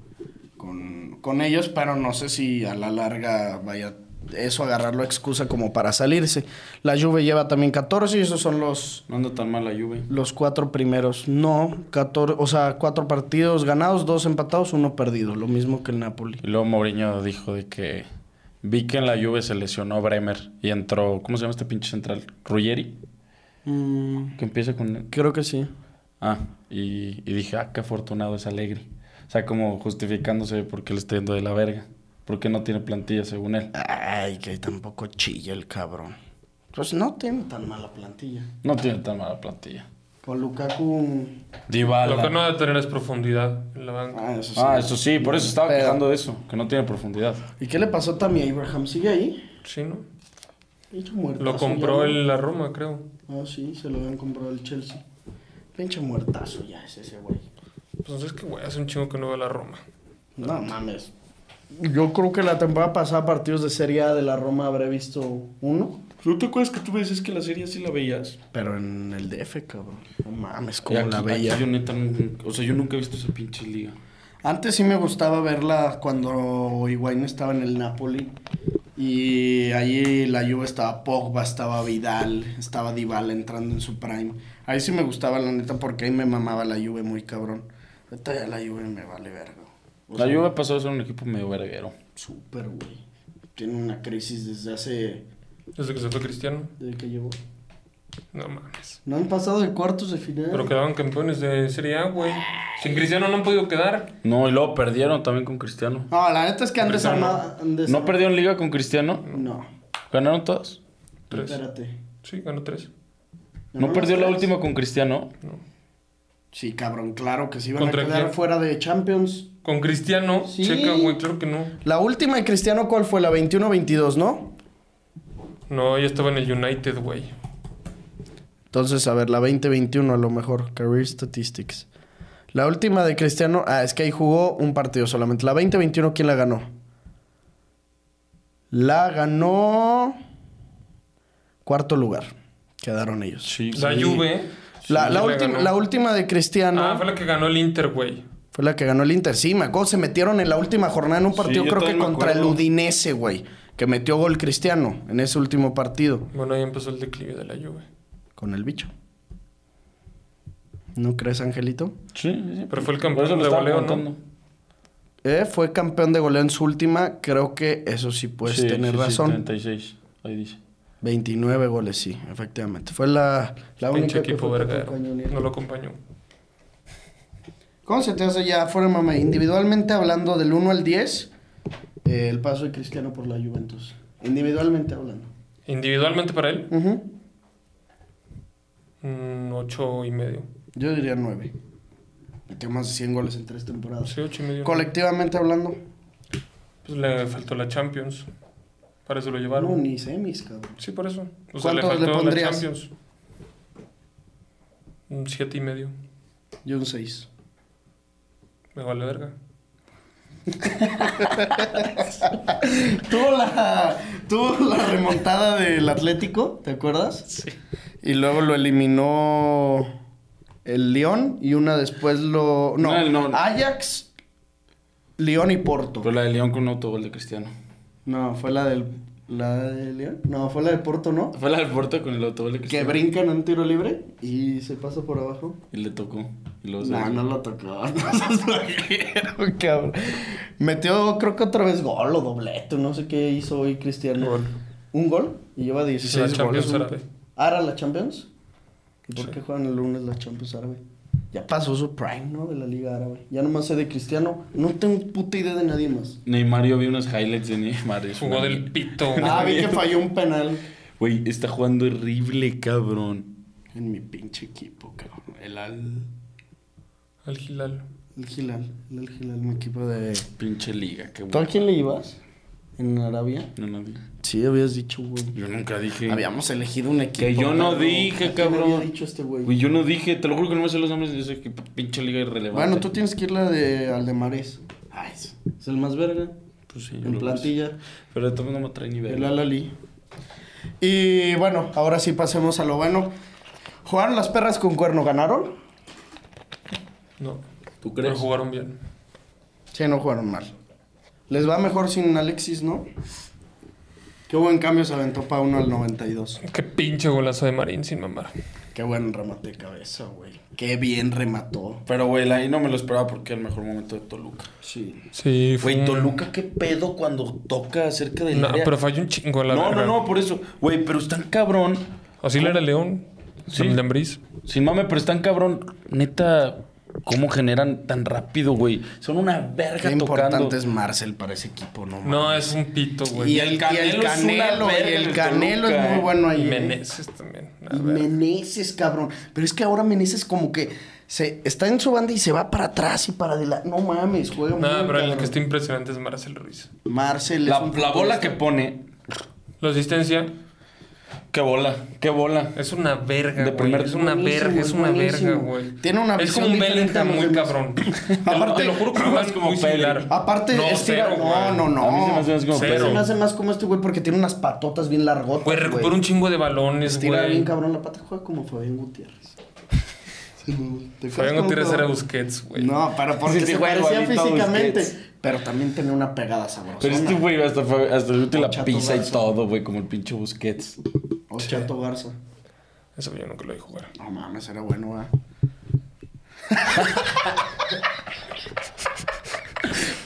con, con ellos, pero no sé si a la larga vaya eso a agarrarlo excusa como para salirse. La Juve lleva también 14 y esos son los... No anda tan mal la Juve. Los cuatro primeros, no, 14, o sea, cuatro partidos ganados, dos empatados, uno perdido, lo mismo que el Napoli. Y luego Mourinho dijo de que... Vi que en la Juve se lesionó Bremer y entró... ¿Cómo se llama este pinche central? Ruggeri. Que empieza con... Mm, creo que sí. Ah, y, y dije, ah, qué afortunado es Alegre. O sea, como justificándose porque le está yendo de la verga. Porque no tiene plantilla, según él. Ay, que tampoco chilla el cabrón. Pues no tiene tan mala plantilla. No tiene tan mala plantilla. Con Lukaku. Dybala. Lo que no debe tener es profundidad en la banca. Ah, eso sí. Ah, eso sí, por eso estaba Pero- quejando de eso. Que no tiene profundidad. ¿Y qué le pasó a Tammy Abraham? ¿Sigue ahí? Sí, ¿no? Pinche muertazo. Lo compró el, la Roma, creo. Ah, sí, se lo habían comprado el Chelsea. Pinche muertazo ya es ese güey. Pues es que, güey, hace un chingo que no veo a la Roma. No mames. Yo creo que la temporada pasada partidos de Serie A de la Roma habré visto uno. ¿No te acuerdas que tú me decías que la serie sí la veías? Pero en el DF, cabrón. No mames, Como como la veía. yo neta nunca- O sea, yo nunca he visto esa pinche liga. Antes sí me gustaba verla cuando Higuaín estaba en el Napoli. Y allí la Juve estaba Pogba, estaba Vidal, estaba Dybala entrando en su prime. Ahí sí me gustaba la neta porque ahí me mamaba la Juve muy cabrón. Ahorita ya la Juve me vale verga. O La sea, Juve pasó a ser un equipo medio verguero. Súper, güey. Tiene una crisis desde hace... Desde que se fue Cristiano. ¿Desde que llevó? No mames. No han pasado de cuartos de final. Pero quedaban campeones de Serie A, güey. Sin Cristiano no han podido quedar. No, y luego perdieron también con Cristiano. No, la neta es que han desarmado... han ¿No desarmado- perdieron liga con Cristiano? No. ¿Ganaron todas? Tres. Espérate. Sí, ganó tres. ¿No Ganó perdió las la tres. última con Cristiano? Sí, cabrón, claro que sí van a ¿Contra quedar quién? fuera de Champions. Con Cristiano, Sí. checa, güey, claro que no. La última de Cristiano, ¿cuál fue? La 21-22, ¿no? No, ella estaba en el United, güey. Entonces, a ver, la 20-21 a lo mejor. Career Statistics. La última de Cristiano. Ah, es que ahí jugó un partido solamente. La 20-21, ¿quién la ganó? La ganó. Cuarto lugar. Quedaron ellos. Sí. La Juve. La, la le última, ganó. la última de Cristiano Ah, fue la que ganó el Inter, güey. fue la que ganó el Inter. Sí, me acuerdo, se metieron en la última jornada en un Sí, partido, yo creo que también me contra el acuerdo. Udinese, güey. Que metió gol Cristiano en ese último partido. Bueno, ahí empezó el declive de la Juve. con el bicho. ¿No crees, Angelito? Sí, sí, sí. Pero fue el Por campeón eso lo de estaba goleo, ¿no? contando. Eh, fue campeón de goleo en su última. Creo que eso sí puedes Sí, tener sí, sí, razón. 36, ahí dice. 29 goles, sí, efectivamente. Fue la, la Pinche única que equipo fue verguero. campeón junior. No lo acompañó. ¿Cómo se te hace ya fuera mame? Individualmente hablando del 1 al 10, eh, el paso de Cristiano por la Juventus. Individualmente hablando. Individualmente para él, Ujú. un ocho y medio. Yo diría 9. Metió más de 100 goles en tres temporadas. Sí, ocho y medio. Colectivamente hablando, Pues le faltó la Champions. Para eso lo no, llevaron. ni semis, cabrón. Sí, por eso. O sea, le ¿Cuántos le faltó la pondrías? Champions. Un siete y medio. Yo un 6. Me vale verga. Tuvo la, tuvo la remontada del Atlético, ¿te acuerdas? Sí. Y luego lo eliminó el León y una después lo... No, No, no. Ajax, León y Porto. Pero la de León con un autogol de Cristiano. No, fue la del... ¿La de León? No, fue la de Porto, ¿no? Fue la del Porto con el autogol de Que Cristiano. brincan un tiro libre y se pasa por abajo. Y le tocó. Y luego se- No, no lo tocó. No seas flojero, cabrón. Metió, creo que otra vez gol o doblete, no sé qué hizo hoy Cristiano. Gol. Un gol y lleva Sí, la 16 Champions goles. árabe. ¿Ah, ¿Era la Champions? ¿Y por Sí. qué juegan el lunes la Champions árabe? Ya pasó su prime, ¿no? De la Liga Árabe. Ya nomás sé de Cristiano. No tengo puta idea de nadie más. Neymar, yo vi unos highlights de Neymar. es Jugó una del pito. güey. Ah, vi que falló un penal. Güey, está jugando horrible, cabrón. En mi pinche equipo, cabrón. El Al... Al Gilal. El Gilal. El Al Gilal, mi equipo de... Pinche liga, ¿Tú qué a bueno. quién le ibas? ¿En Arabia? No, no dije. Sí, habías dicho, güey. Yo nunca dije. Habíamos elegido un equipo. Que yo no perro. dije, ¿A quién cabrón. había dicho este güey? Güey, yo no dije, te lo juro que no me sé los nombres de esa que- pinche liga irrelevante. Bueno, tú tienes que ir la de, al de Mares. Ay, es, es el más verga. Pues sí, yo En lo plantilla. puse. Pero de todo no me trae ni El verga. Alali. Y bueno, ahora sí pasemos a lo bueno. ¿Jugaron las perras con cuerno? ¿Ganaron? No. ¿Tú Pero crees? jugaron bien. Sí, no jugaron mal. Les va mejor sin Alexis, ¿no? Qué buen cambio se aventó para uno al 92. Qué pinche golazo de Marín sin mamar. Qué buen remate de cabeza, güey. Qué bien remató. Pero, güey, ahí no me lo esperaba porque era el mejor momento de Toluca. Sí. Sí, fue. Güey, un- Toluca, qué pedo cuando toca cerca del No, área. pero falló un chingo a la no, verga. no, no, por eso. Güey, pero están cabrón. Así le era León. Sí. Sí. Lambris. Sin mame, pero están cabrón. Neta, ¿cómo generan tan rápido, güey? Son una verga Qué tocando. importante es Marcel para ese equipo, ¿no? No, es un pito, güey. Y el, y el Canelo es una Canelo, verga, y el el Canelo es Toluca, muy eh. bueno ahí. Y ¿eh? Meneses también. A Y ver. Meneses, cabrón. Pero es que ahora Meneses como que se está en su banda y se va para atrás y para adelante. No mames, juega muy No, pero el cabrón. que está impresionante es Marcel Ruiz. Marcel es La, un este. la bola futbolista. que pone. La asistencia Qué bola, qué bola. es una verga, De güey. primer- Es una Buenísimo, verga, es una buenísimo. verga, güey. Tiene una Es como visión un diferente a Bellingham los muy demás. cabrón. Aparte- Aparte, te lo juro que Más juegan como muy Pedri. similar. Aparte, no, estira- cero, no, güey. no, no. A mí se me hace más como Se Cero. me Pedro. hace más como este güey porque tiene unas patotas bien largotas. Güey, recupera un chingo de balones, Estira güey. bien, cabrón. La pata juega como Fabián Gutiérrez. Sí, güey. ¿Te acuerdas Fabián cómo Gutiérrez jugaba? era Busquets, güey. No, pero porque Sí, sí, se juega parecía igualito a físicamente. Busquets. Pero también tenía una pegada sabrosa. Pero este güey hasta, fue- hasta el último la Chato pisa y Garza. todo, güey, como el pinche Busquets. O Chato Garza. Eso yo nunca lo vi jugar. No mames, era bueno, ¿eh? güey.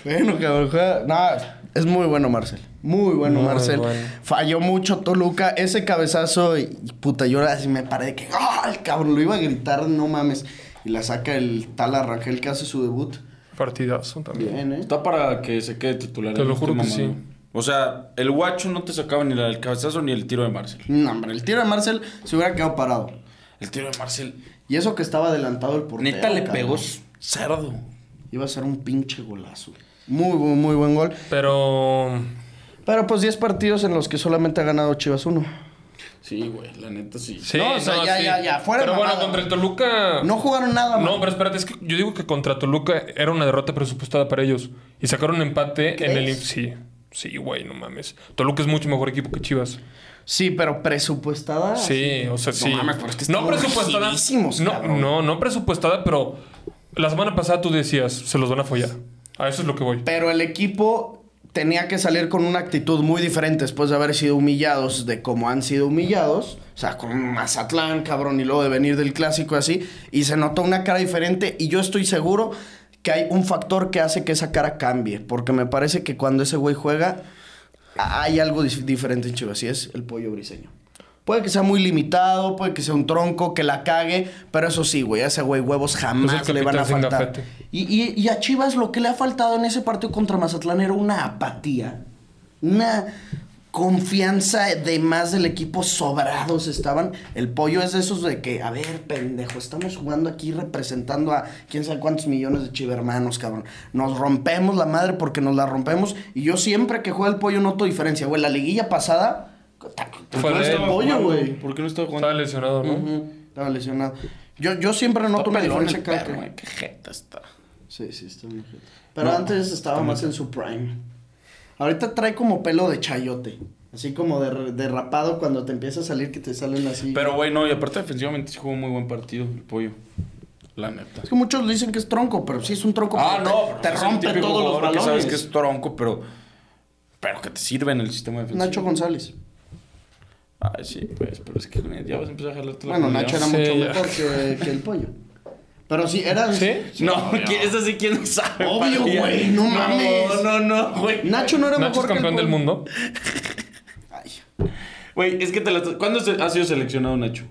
bueno, cabrón. juega- No, es muy bueno, Marcel. Muy bueno, Muy Marcel. bueno. Falló mucho Toluca. Ese cabezazo, y, y puta, yo ahora sí me paré de que. ¡Ah! el cabrón! Lo iba a gritar, no mames. Y la saca el tal Arrangel que hace su debut. Partidazo también. Bien, ¿eh? Está para que se quede titular. Te en lo este juro que mamado. sí. O sea, el guacho no te sacaba ni la del cabezazo ni el tiro de Marcel. No, hombre, el tiro de Marcel se hubiera quedado parado. El tiro de Marcel. Y eso que estaba adelantado el portero. Neta le cabrón. pegó cerdo. Iba a ser un pinche golazo. Muy, muy, muy buen gol. Pero. Pero pues 10 partidos en los que solamente ha ganado Chivas 1. Sí, güey, la neta sí. Sí, No, o sea, ya, sí. ya, ya, fuera Pero mamada. bueno, contra el Toluca. No jugaron nada, No, man. pero espérate, es que yo digo que contra Toluca era una derrota presupuestada para ellos. Y sacaron un empate ¿Crees? en el. Sí, sí, güey, no mames. Toluca es mucho mejor equipo que Chivas. Sí, pero presupuestada. Sí, o sea, sí. Ah, mames, pero es que no estamos presupuestada. rigidísimos, No, cabrón. no, no presupuestada, pero la semana pasada tú decías, se los van a follar. A eso es lo que voy. Pero el equipo tenía que salir con una actitud muy diferente después de haber sido humillados de como han sido humillados. O sea, con Mazatlán, cabrón, y luego de venir del clásico y así. Y se notó una cara diferente. Y yo estoy seguro que hay un factor que hace que esa cara cambie. Porque me parece que cuando ese güey juega, hay algo dis- diferente en Chivas. Y es el pollo briseño. Puede que sea muy limitado, puede que sea un tronco, que la cague, pero eso sí, güey, a ese güey huevos jamás Es el le van a capitán sin faltar. gafete. Y, y- y a Chivas lo que le ha faltado en ese partido contra Mazatlán era una apatía. Una confianza de más del equipo sobrados estaban. El pollo es de esos de que, a ver, pendejo, estamos jugando aquí representando a quién sabe cuántos millones de chivermanos, cabrón. Nos rompemos la madre porque nos la rompemos. Y yo siempre que juega el pollo noto diferencia, güey. La liguilla pasada... Fue no de estaba él. Pollo, jugando? güey. ¿Por qué no estaba jugando? Estaba lesionado, ¿no? Ujú, Estaba lesionado. Yo, yo siempre Está noto una pelón diferencia el cada perro, que- güey, Qué jeta está. Sí, sí, está muy feo. Pero antes estaba más en su prime. Ahorita trae como pelo de chayote. Así como de- derrapado cuando te empieza a salir que te salen así. Pero, güey, no, y aparte defensivamente sí jugó un muy buen partido el pollo. La neta. Es que muchos le dicen que es tronco, pero sí es un tronco. Ah, pero te- no, pero Te es el rompe típico todos los jugador balones. Que sabes que es tronco, pero. Pero que te sirve en el sistema defensivo. Nacho González. Ay, sí, pues, pero es que güey, ya vas a empezar a jalarte la Bueno, comunidad. Nacho era Sí, mucho ya. mejor que, que el pollo. Pero sí, era... ¿Sí? No, que esa sí quién sabe. Obvio, paría. güey, no mames. No, no, no, güey. Nacho no era Nacho mejor es que el campeón del pollo. mundo. Ay. Güey, es que te la. estás- ¿Cuándo se- ha sido seleccionado Nacho?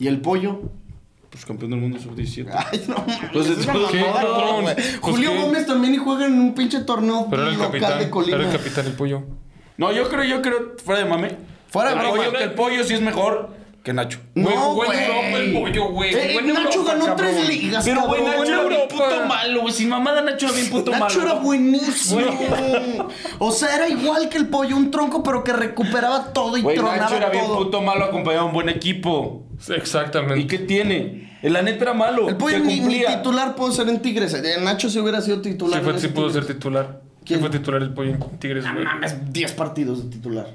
¿Y el pollo? Pues campeón del mundo sub-17. Ay, no mames. Pues, es una ¿qué, mamada, cabrón? güey. Pues, Julio ¿qué? Gómez también y juega en un pinche torneo Pero era el local de capitán. Colima. Era el capitán el pollo. No, yo creo, yo creo, fuera de mame. Fuera de el broma. pollo, que el pollo sí es mejor que Nacho. Güey, No, jugó en güey. Europa el pollo, güey. Eh, Jugó en Nacho Europa, ganó cabrón. tres ligas, Pero, güey, cabrón. Nacho era bien Europa. puto malo, güey. Sin mamada, Nacho era bien puto malo. Nacho era buenísimo. O sea, era igual que el pollo, un tronco, pero que recuperaba todo y Güey, tronaba Nacho era bien todo. puto malo acompañado de un buen equipo. ¿Y Exactamente. qué tiene? El la neta era malo. El pollo te ni, ni cumplía. titular pudo ser en Tigres. Eh, Nacho si hubiera sido titular. Sí, en fue, sí ese pudo ser Tigres. titular. Sí ¿Quién? fue titular el pollo en Tigres, güey. Mames, 10 partidos de titular.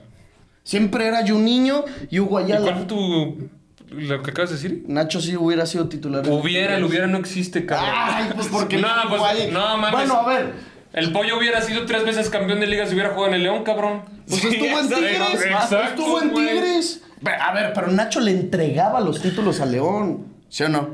Siempre era Juninho y Hugo ¿Y cuál fue Ayala. tu. lo que acabas de decir? Nacho sí hubiera sido titular. en Hubiera, el Tigres. hubiera no existe, cabrón. Ay, pues porque no. no, pues, igual. no mames. Bueno, a ver. El pollo hubiera sido tres veces campeón de liga si hubiera jugado en el León, cabrón. Pues Sí, estuvo en exacto, Tigres. exacto, estuvo en güey. Tigres. Pero, A ver, pero Nacho le entregaba los títulos a León. ¿Sí o no?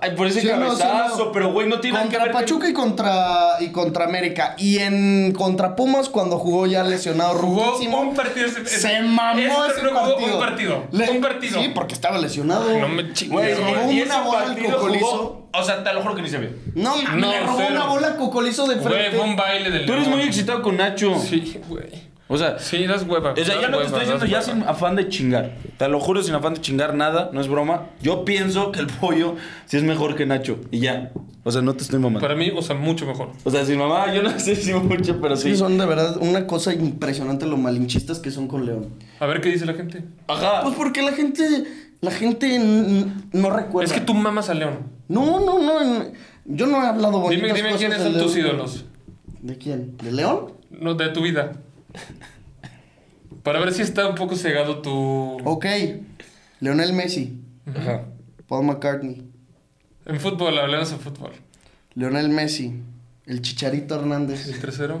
Ay, por ese Sí o no, sí o no. cabezazo, pero güey, no tiene nada que Contra ver. que- Pachuca y contra, y contra América. Y en contra Pumas, cuando jugó ya lesionado Jugó ruquísimo, un partido ese- ese- Se mamó ese ese torneo jugó partido. un partido, Le- un partido. Sí, porque estaba lesionado. No me chingues, Güey, güey. robó Y ese una bola al partido cocolizo. jugó- O sea, te lo juro que ni se vio. No, mames, No, le robó cero. una bola al cocolizo de Güey, frente. fue un baile del Tú eres León. muy excitado con Nacho. Sí, güey. O sea, Sí, das hueva. O sea, das ya lo que hueva, estoy diciendo, das ya hueva. sin afán de chingar. Te lo juro, sin afán de chingar nada, no es broma. Yo pienso que el pollo sí es mejor que Nacho. Y ya. O sea, no te estoy mamando. Para mí, o sea, mucho mejor. O sea, sin mamá, yo no sé si mucho, pero Sí, sí. son de verdad una cosa impresionante lo malinchistas que son con León. A ver qué dice la gente. Ajá. Pues porque la gente, la gente n- no recuerda. Es que tú mamas a León. No, no, no. en- Yo no he hablado bonitas Dime, dime cosas quiénes de son tus León. ídolos. ¿De quién? ¿De León? No, de tu vida. Para ver si está un poco cegado tu. Ok. Leonel Messi. Ajá. Paul McCartney. En fútbol, hablemos de fútbol. Leonel Messi. El Chicharito El Hernández. tercero.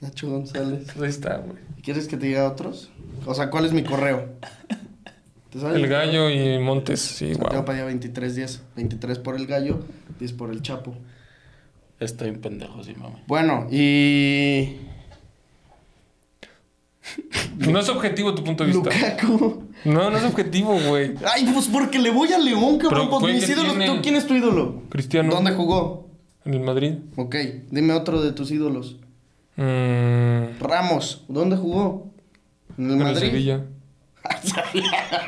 pues Nacho González. Ahí está, güey. ¿Quieres que te diga otros? O sea, ¿cuál es mi correo? ¿Te sabes? El gallo y Montes, sí, Santiago guau. para allá 23 10. 23 por el gallo, 10 por el Chapo. pues, Estoy un pendejo, sí, mamá. Bueno, y. No es objetivo tu punto de vista. Lukaku. No, no es objetivo, güey. Ay, pues porque le voy a León, cabrón. Pero, Pues güey, mis ¿qué ídolos. tienen? ¿Tú- ¿Quién es tu ídolo? Cristiano. ¿Dónde jugó? En el Madrid. Ok, dime otro de tus ídolos. Mm, Ramos, ¿dónde jugó? En el en el Madrid. Sevilla.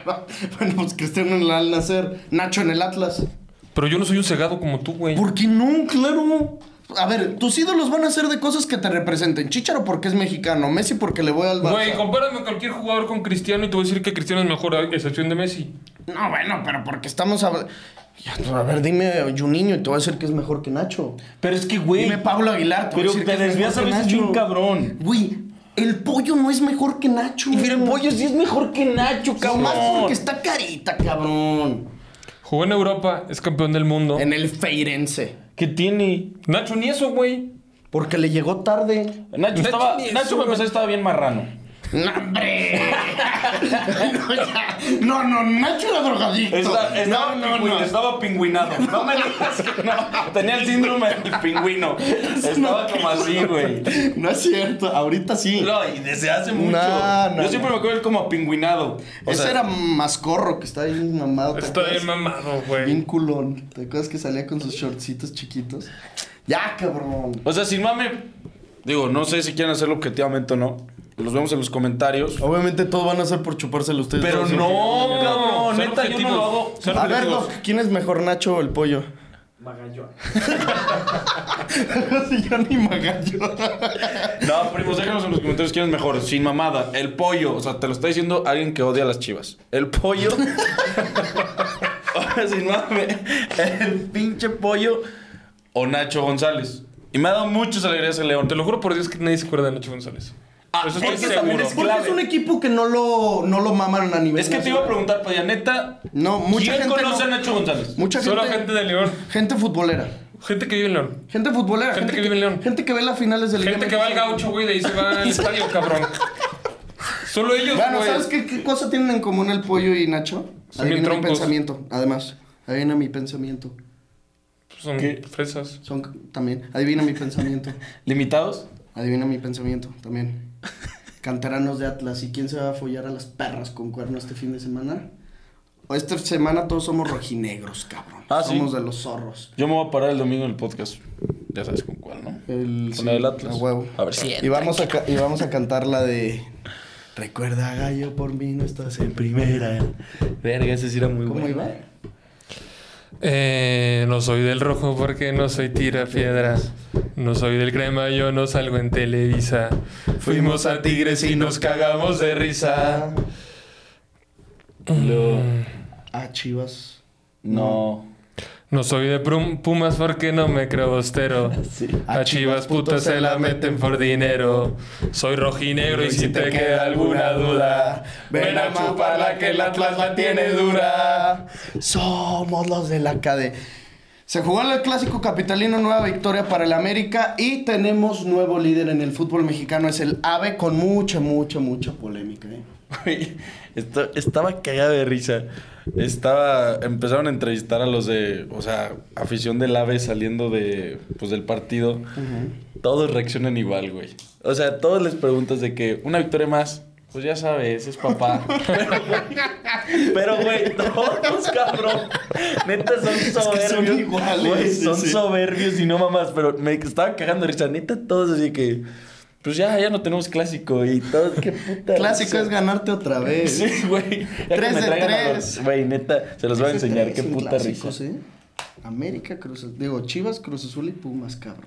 bueno, pues Cristiano en el Al Nacer, Nacho en el Atlas. Pero yo no soy un cegado como tú, güey. ¿Por qué no? Claro. A ver, tus ídolos van a ser de cosas que te representen. Chicharo porque es mexicano, Messi porque le voy al Barça. Güey, compárame a cualquier jugador con Cristiano y te voy a decir que Cristiano es mejor, a excepción de Messi. no, bueno, pero porque estamos a A ver, dime Juninho y te voy a decir que es mejor que Nacho. Pero es que, güey. Dime Pablo Aguilar, te voy a Pero decir te que es desvías a mejor que veces bien Nacho. cabrón. Güey, el pollo no es mejor que Nacho. Pero el pollo sí es mejor que Nacho, cabrón. Más porque está carita, cabrón. Jugó en Europa, es campeón del mundo. En el Feirense. ¿Qué tiene? Nacho ni eso, güey. Porque le llegó tarde. Nacho, estaba, ni Nacho eso, para güey. empezar, estaba bien marrano. ¡No, hombre! no, ya. no, no, Nacho era drogadicto. Está- estaba, no, no, pingüi- no. estaba pingüinado. No me digas que no. Tenía el síndrome del pingüino. Estaba como así, güey. No es cierto, ahorita sí. No, y desde hace mucho. No, no, Yo siempre no. me acuerdo de él como pingüinado. O Ese sea, era mascorro que está bien mamado. ¿te Está acuerdas? bien mamado, güey. Bien culón. ¿Te acuerdas que salía con sus shortcitos chiquitos? Ya, cabrón. O sea, sin mame. Digo, no sé si quieren hacerlo objetivamente o no. Los vemos en los comentarios. Obviamente todos van a ser por chupárselo ustedes. Pero dos, ¿eh? no, No, cabrón. ser Neta, yo no objetivos. lo hago. Ser A ver, objetivos. Doc, ¿quién es mejor, Nacho o el pollo? Magallón. si yo ni Magallón. No, primos, déjanos en los comentarios quién es mejor. Sin mamada, el pollo. O sea, te lo está diciendo alguien que odia a las chivas. El pollo. Ahora, sin mame, el pinche pollo o Nacho González. Y me ha dado muchas alegrías el León. Te lo juro por Dios que nadie se acuerda de Nacho González. Ah, Eso estoy es que también seguro. es Porque es un equipo que no lo, no lo maman a nivel Es que te iba a nacional. preguntar, Padilla, neta. No, mucha ¿Quién gente no. conoce a Nacho González? Mucha Solo gente, gente de León. gente futbolera. Gente que vive en León. Gente futbolera. Gente que vive en León. Gente que ve las finales del Gente que va al gaucho, güey, de ahí se va al estadio, cabrón. Solo ellos, güey. Bueno, ¿sabes qué, qué cosa tienen en común el pollo y Nacho? Son Adivina bien mi troncos. pensamiento, además. Adivina mi pensamiento. Son fresas. Son también. Adivina mi pensamiento. ¿Limitados? Adivina mi pensamiento también. Canteranos de Atlas. ¿Y quién se va a follar a las perras con cuerno este fin de semana? O esta semana todos somos rojinegros, cabrón. Ah, sí. somos de los zorros. Yo me voy a parar el domingo en el podcast. Ya sabes con cuál, ¿no? El, Con la del Atlas. a huevo. A ver si. Y vamos a, ca- y vamos a cantar la de. Recuerda, gallo, por mí no estás en primera. Verga, ese sí era muy ¿Cómo iba? Eh, no soy del rojo porque no soy tira piedra. No soy del crema, yo no salgo en Televisa. Fuimos a Tigres y nos cagamos de risa. Ah, chivas. No. No soy de Prum- Pumas porque no me creo austero. A chivas putas se la meten por dinero. Soy rojinegro y si te queda alguna duda, ven a chuparla que el Atlas la tiene dura. Somos los de la KD. Se jugó el clásico capitalino, nueva victoria para el América y tenemos nuevo líder en el fútbol mexicano, es el AVE, con mucha, mucha, mucha polémica. ¿eh? Güey, esta- estaba cagada de risa. Estaba. Empezaron a entrevistar a los de. O sea, afición del AVE saliendo de. Pues del partido. Todos reaccionan igual, güey. O sea, todos les preguntas de que una victoria más. Pues ya sabes, es papá. Pero, güey, Pero, güey, todos, cabrón. Neta, son que soberbios. son iguales, Güey, sí, son sí. soberbios y no mamás. Pero me estaba cagando de risa. Neta, todos así que. Pues ya, ya no tenemos clásico. Y todo, qué puta. Clásico risa. es ganarte otra vez. Sí, güey. Ya Tres que me de traigan a tres. los- Güey, neta, se los voy a Ese enseñar. tres Qué son puta risa. clásicos, ¿eh? América, Cruz Azul- digo, Chivas, Cruz Azul y Pumas, cabrón.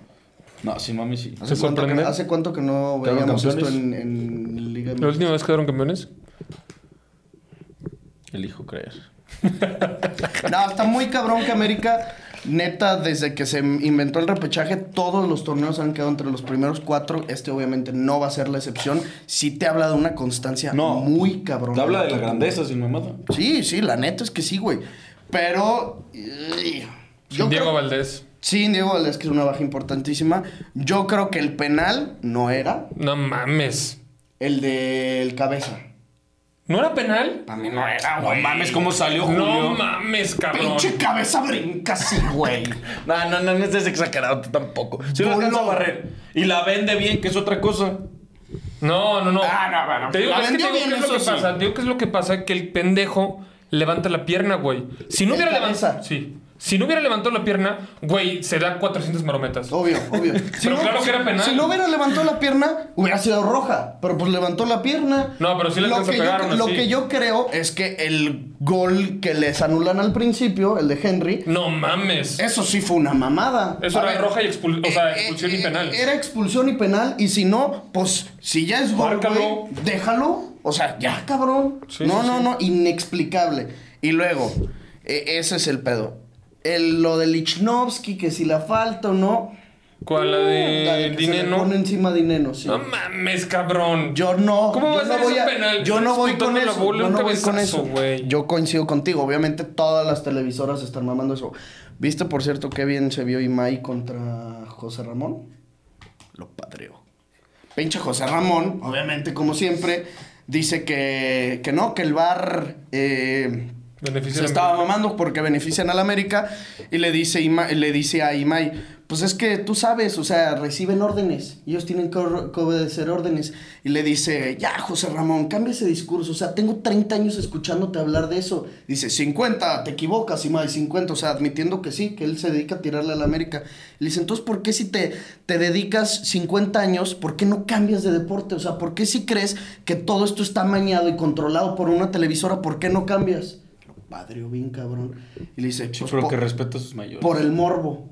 No, sí, mami, sí. ¿Hace, ¿Te cuánto que, sorprende? hace cuánto que no ¿Quedaron veíamos esto en, campeones? en Liga ¿La MX? última vez quedaron campeones? Elijo creer. No, está muy cabrón que América, neta, desde que se inventó el repechaje, todos los torneos han quedado entre los primeros cuatro. Este obviamente no va a ser la excepción. Sí te habla de una constancia No. muy cabrón. Habla de la grandeza, sin mamada. Sí, sí, la neta es que sí, güey. Pero... ¡ay! Yo Diego creo- Valdés. Sí, Diego Valdés, que es una baja importantísima. Yo creo que el penal no era No mames. el del cabeza. ¿No era penal? Para mí no era, No mames, ¿cómo salió No Julio? mames, cabrón. Pinche cabeza brinca así, güey. No, no, no, no estés exagerado tú tampoco. Si lo Voló. alcanza a barrer y la vende bien, que es otra cosa. No, no, no. Ah, no, bueno. Te digo, La es que vendió te digo bien, qué es eso lo que sí. pasa. Te digo qué es lo que pasa que el pendejo levanta la pierna, güey. Si no El hubiera cabeza. levantado. Sí. Si no hubiera levantado la pierna, güey, se da 400 marometas. Obvio, obvio. Pero claro que era penal. Si no hubiera levantado la pierna, hubiera sido roja. Pero pues levantó la pierna. No, pero sí le lo alcanzó que a pegar, yo, aún Lo así. que yo creo es que el gol que les anulan al principio, el de Henry, No mames. eso sí fue una mamada. Eso A era ver, roja y expul- o sea, eh, expulsión eh, y penal. Era expulsión y penal. Y si no, pues si ya es gol, Márcalo. güey, déjalo. O sea, ya, cabrón. Sí, no, sí, no, sí. no. Inexplicable. Y luego, eh, ese es el pedo. El- lo de Lichnowsky, que si la falta o no. ¿Cuál la La de que se le Dineno? pone encima dinero, sí. Eh, No mames, cabrón. Yo no. ¿Cómo yo va a no ser voy eso penal? Yo no voy con Disputándole la eso. bola, yo un no voy con cabezazo, eso. güey. Yo coincido contigo. Obviamente todas las televisoras están mamando eso. ¿Viste, por cierto, qué bien se vio Imai contra José Ramón? lo padreó. Pinche José Ramón, obviamente, como siempre, dice que, que no, que el bar eh, Beneficio se de lo la estaba América. mamando porque benefician al América. Y le dice, Ima- le dice a Imai, pues es que tú sabes, o sea, reciben órdenes. Ellos tienen que, or- que obedecer órdenes. Y le dice, ya, José Ramón, cambia ese discurso. O sea, tengo 30 años escuchándote hablar de eso. Dice, 50, te equivocas, Imai, 50. O sea, admitiendo que sí, que él se dedica a tirarle a la América. Le dice, entonces, ¿por qué si te, te dedicas 50 años, por qué no cambias de deporte? O sea, ¿por qué si crees que todo esto está mañado y controlado por una televisora, por qué no cambias? Lo padreó oh, bien cabrón. Y le dice, Sí, pues, pero po- que respeta a sus mayores. por el morbo.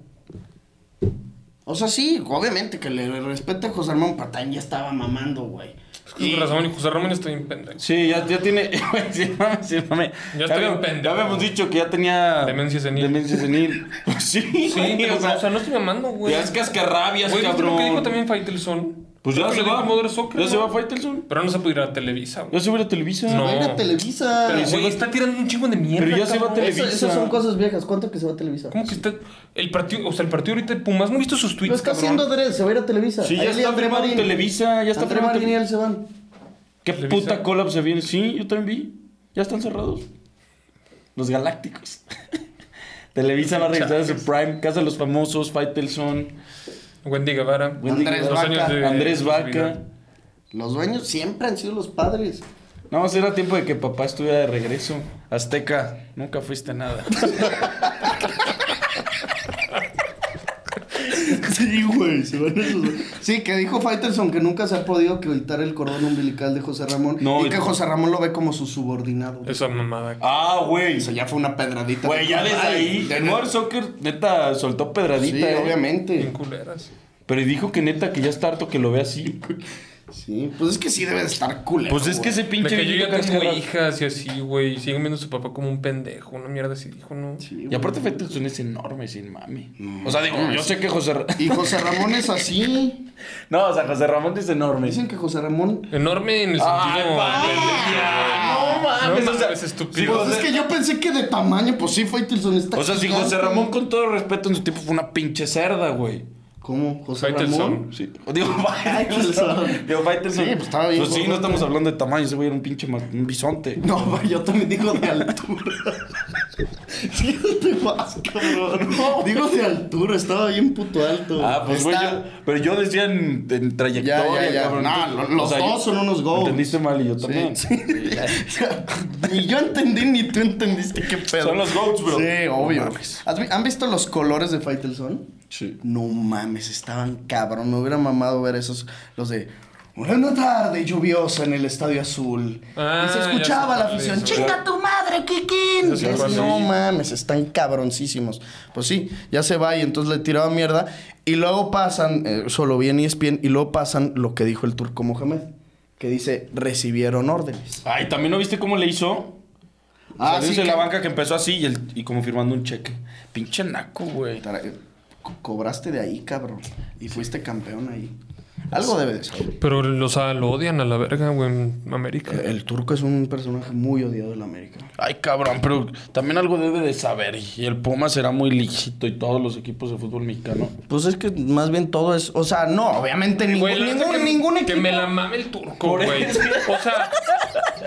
O sea, sí, obviamente que le respete a José Ramón Patán, ya estaba mamando, güey. José Ramón, José Ramón está bien pendejo. Sí, ya, ya tiene. sí, mami, sí, mami. Ya estoy habíamos, en pendejo. ya habíamos dicho que ya tenía. Demencia senil. Demencia senil. Pues sí, Sí, güey, pero, o, sea, no estoy mamando, güey. Ya es cascarrabias, Güey, ¿viste cabrón. lo que dijo también Faitelson? Pues Creo ya que se le dijo va. Mother Soccer, ya ¿no? se va Faitelson. Pero no se pudiera a Televisa, güey. Ya se va a ir a Televisa. No. Va a ir a Televisa. Pero, se güey, va- está tirando un chingo de mierda. Pero ya se va cabrón. a Televisa. Eso- esas son cosas viejas. ¿Cuánto que se va a Televisa? ¿Cómo que está? El partido, o sea, el partido ahorita de Pumas, ¿no he visto sus tweets, Lo está cabrón? haciendo Adrede, se va a ir a Televisa. Sí, ya Ahí está le André firmado en Marín. Televisa, ya está André firmado en Marín y él se van. Qué Televisa. puta collab se viene. Sí, yo también vi. Ya están cerrados. Los Galácticos. Televisa va a regresar a su Prime, Casa de los Famosos, Faitelson, Wendy Guevara. Wendy Andrés Guevara, Vaca. años de- de Andrés su Vaca. vida. Los dueños siempre han sido los padres. Nada más era tiempo de que papá estuviera de regreso. Azteca, nunca fuiste nada. Sí, güey, se van esos dos. Sí, que dijo Faitelson que nunca se ha podido quitar el cordón umbilical de José Ramón. No, y que el- José Ramón lo ve como su subordinado. Esa mamada. ah, güey. O sea, ya fue una pedradita. Güey, ya desde Ay, ahí. ya- Mother Soccer, neta, soltó Sí, pedradita. eh. Bien obviamente. culeras. Pero dijo que neta que ya está harto que lo vea así. Sí, pues es que sí debe de estar culero. Pues es güey. que ese De pinche que yo viejito ya tengo cascarra- hijas y así, güey. y Siguen viendo a su papá como un pendejo. Una mierda así dijo, ¿no? Sí, Y aparte Faitelson es enorme, sin mami. o sea, digo, yo sé que José... Ra- Y José Ramón es así. No, o sea, José Ramón es enorme. Dicen que José Ramón. Enorme en el Ay, sentido. padre, No o sea, mames, estúpido. sí, Pues es que yo pensé que de tamaño, pues sí, Faitelson está. O sea, si gigante. José Ramón, con todo respeto, en su tiempo fue una pinche cerda, güey. ¿Cómo? ¿José Faitelson. Ramón? Sí. Digo, Faitelson. Faitelson. pues, Digo, Faitelson. Sí, pues estaba bien Pues sí, no gordote. estamos hablando de tamaño. Ese güey era un pinche ma- un bisonte. No, güey, yo también digo de altura. Sí, te vas, cabrón. digo de altura, estaba bien puto alto. Ah, pues güey, Está- yo, pero yo decía en, en Ya, trayectoria, ya, ya. cabrón. No, lo- los O sea, dos son unos goals. Entendiste mal y yo también. Sí. O sea, ni yo entendí ni tú entendiste qué pedo. Son los GOATs, bro. Sí, No obvio. mames. ¿Has vi- ¿Han visto los colores de Faitelson? Sí. No mames, estaban cabrón. Me hubiera mamado ver esos, los de. Una tarde lluviosa en el Estadio Azul. Ah, y se ya sé escuchaba la cuál es, afición. ¿verdad? ¡Chinga tu madre, Kikín! Ya sé cuál No es. mames, están cabroncísimos. Pues sí, ya se va y entonces le tiraba mierda. Y luego pasan, eh, solo bien y es bien, y luego pasan lo que dijo el turco Mohamed, que dice: recibieron órdenes. Ay, también no viste cómo le hizo. Ah, sí, la que- banca que empezó así y, el, y como firmando un cheque. Pinche naco, güey. Tara- eh, co- cobraste de ahí, cabrón. Y fuiste campeón ahí. Algo debe de ser. Pero los ah, lo odian a la verga, güey, en América. El, el turco es un personaje muy odiado de la América. Ay, cabrón, pero también algo debe de saber. Y el Puma será muy lícito y todos los equipos de fútbol mexicano. Pues es que más bien todo es. O sea, no, obviamente ningún, Güey, la neta ningún, que- ningún equipo. Que me la mame el turco, Por güey. eso. O sea,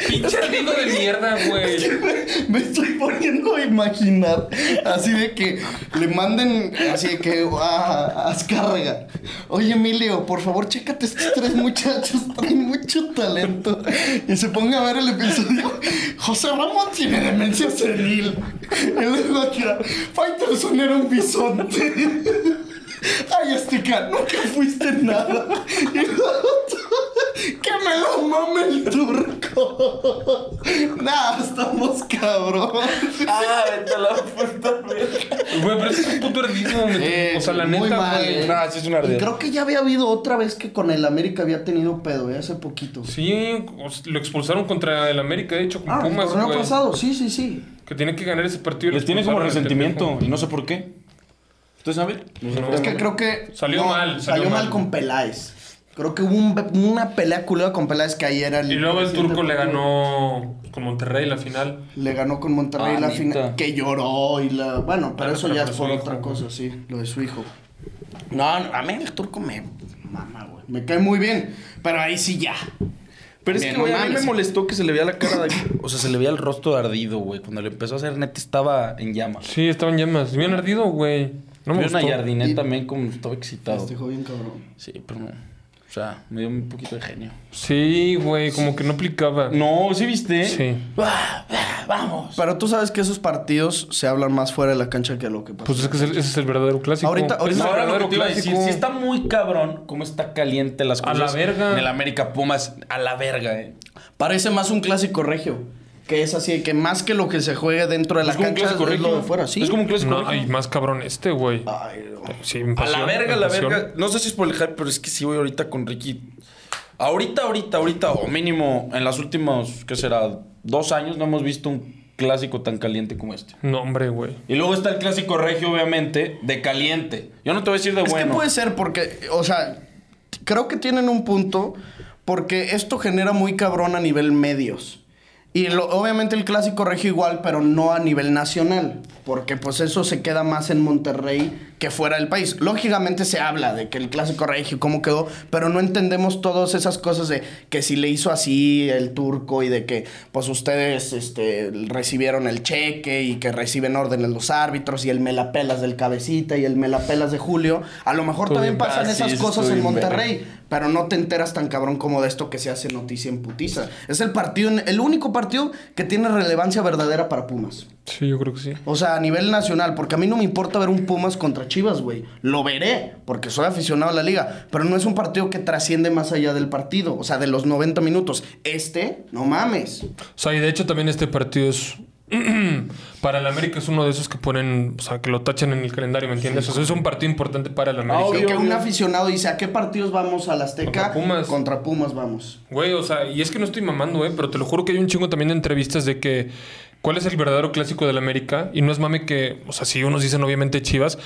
pinche amigo de mierda, güey. Me estoy poniendo a imaginar así de que le manden así de que a, a Azcárraga. Oye, Emilio, por favor, chécate estos tres muchachos, traen mucho talento. Y se ponga a ver el episodio. José Ramón tiene demencia senil. Y luego aquí, Faitelson era un bisonte. Ay, Azteca, nunca fuiste nada. Y luego, que me lo mame el turco. Nah, estamos cabrón. Ah, vete a la puta, güey. Güey, pero ese es un puto ardismo. güey. o sea, la muy neta, mal, güey. eh. No, sí es una Y ardida. creo que ya había habido otra vez que con el América había tenido pedo, ¿eh? hace poquito. Sí, os- lo expulsaron contra el América, de hecho, con Ah, el Pumas, torneo güey. pasado, sí, sí, sí. Que tiene que ganar ese partido. y lo Les tiene como expulsaron, el resentimiento pendejo. y no sé por qué. ¿Ustedes saben? es que creo que. Pues Salió mal, Salió, salió mal mal. con Peláez. Creo que hubo un- una pelea culera con Peláez que ahí era el. Y luego el presidente turco le del- ganó con Monterrey la final. Le ganó con Monterrey Ah, la neta. final. Que lloró y la. Bueno, pero Ah, eso pero ya por es su por hijo, otra güey. cosa, sí, lo de su hijo. No, no, a mí el turco me, mama, güey. Me cae muy bien, pero ahí sí ya. Pero es Bien, que, no güey, a mí mames. me molestó que se le veía la cara de... O sea, se le veía el rostro ardido, güey. Cuando le empezó a hacer, neta, estaba en llamas. Sí, estaban llamas. Bien ardido, güey. No me Vi una gustó. jardinet Y- también como estaba excitado. Festejó bien cabrón. Sí, pero no. O sea, me dio un poquito de genio. Sí, güey, como que no aplicaba. No, ¿sí viste? Sí. Ah, ah, Vamos. Pero tú sabes que esos partidos se hablan más fuera de la cancha que lo que pasa. Pues es que ese, ese es el verdadero clásico. Ahorita- Ese es el ahorita- Ahora lo que verdadero te iba a decir, clásico. sí está muy cabrón cómo está caliente las A cosas. la verga. En el América Pumas, a la verga, eh. Parece más un clásico regio. Que es así, que más que lo que se juegue dentro de la Pues Es como un cancha clásico es lo regio. de fuera, ¿sí? Es como un clásico No, regio. hay más cabrón este, güey. Ay, no. Sí, Ah. A la verga, a la verga. pasión. No sé si es por el hype, pero es que sí voy ahorita con Ricky. Ahorita, ahorita, ahorita, o mínimo en las últimas, ¿qué será? Dos años no hemos visto un clásico tan caliente como este. No, hombre, güey. Y luego está el clásico regio, obviamente, de caliente. Yo no te voy a decir de Es bueno. que puede ser porque, o sea, t- creo que tienen un punto porque esto genera muy cabrón a nivel medios. Y lo- obviamente el clásico regio igual, pero no a nivel nacional, porque pues eso se queda más en Monterrey que fuera del país. Lógicamente se habla de que el clásico regio cómo quedó, pero no entendemos todas esas cosas de que si le hizo así el turco y de que pues ustedes este, recibieron el cheque y que reciben órdenes los árbitros y el melapelas del cabecita y el melapelas de Julio. A lo mejor Tú también bien pasan vergas, esas sí, cosas estoy en bien Monterrey, pero no te enteras tan cabrón como de esto que se hace noticia en putiza. Es el partido, el único partido que tiene relevancia verdadera para Pumas. Sí, yo creo que sí. O sea, a nivel nacional, porque a mí no me importa ver un Pumas contra Chivas, güey. Lo veré, porque soy aficionado a la liga. Pero no es un partido que trasciende más allá del partido, o sea, de los 90 minutos. Este, no mames. O sea, y de hecho también este partido es... para el América es uno de esos que ponen... O sea, que lo tachan en el calendario, ¿me entiendes? O sea, es un partido importante para el América. Obvio, Creo que un obvio. aficionado dice, ¿a qué partidos vamos al Azteca? Contra Pumas. Contra Pumas vamos. Güey, o sea, y es que no estoy mamando, eh, pero te lo juro que hay un chingo también de entrevistas de que cuál es el verdadero clásico del América. Y no es mame que, o sea, sí, unos dicen obviamente Chivas,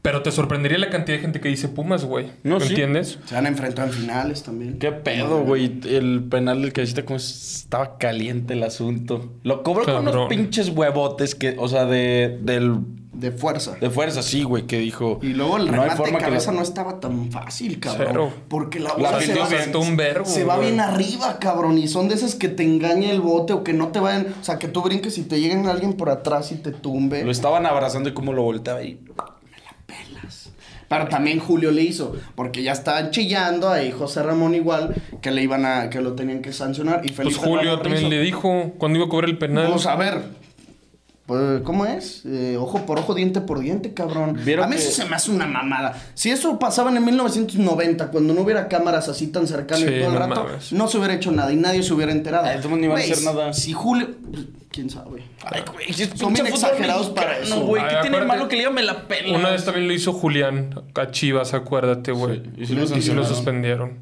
pero te sorprendería la cantidad de gente que dice Pumas, güey. No, ¿Me sí. entiendes? Se han enfrentado en finales también. Qué pedo, güey. El penal del cabecita, como estaba caliente el asunto. Lo cobró con Cabrón. unos pinches huevotes que, o sea, de, del, De fuerza. de fuerza, sí, güey, que dijo. Y luego el "No hay remate forma de que la- cabeza no estaba tan fácil, cabrón. Cero. Porque la La bola se, gente va, aventó un verbo, se va güey. bien arriba, cabrón. Y son de esas que te engaña el bote o que no te vayan. O sea, que tú brinques y te lleguen alguien por atrás y te tumbe. Lo estaban abrazando y como lo volteaba y. Pero también Julio le hizo, porque ya estaban chillando ahí José Ramón igual, que le iban a, que lo tenían que sancionar. Y Pues Felipe Julio Ramos también hizo. le dijo cuando iba a cobrar el penal. Vamos a ver. Pues, ¿Cómo es? Eh, ojo por ojo, diente por diente, cabrón. ¿Vieron A mí que- eso se me hace una mamada. Si eso pasaba en 1990, cuando no hubiera cámaras así tan cercanas Sí, y todo el no rato, mames. no se hubiera hecho nada y nadie se hubiera enterado. Ay, entonces ni van a Güey, hacer nada. Si Julio. pues, ¿Quién sabe? Ay, güey, es Son bien pinche fútbol exagerados para mexicano, eso. güey. Ay, ¿Qué tiene de aparte- malo que le diga me la pela? Una vez también lo hizo Julián a Chivas, acuérdate, güey. Sí, y sí lo y sí lo sancionaron. suspendieron.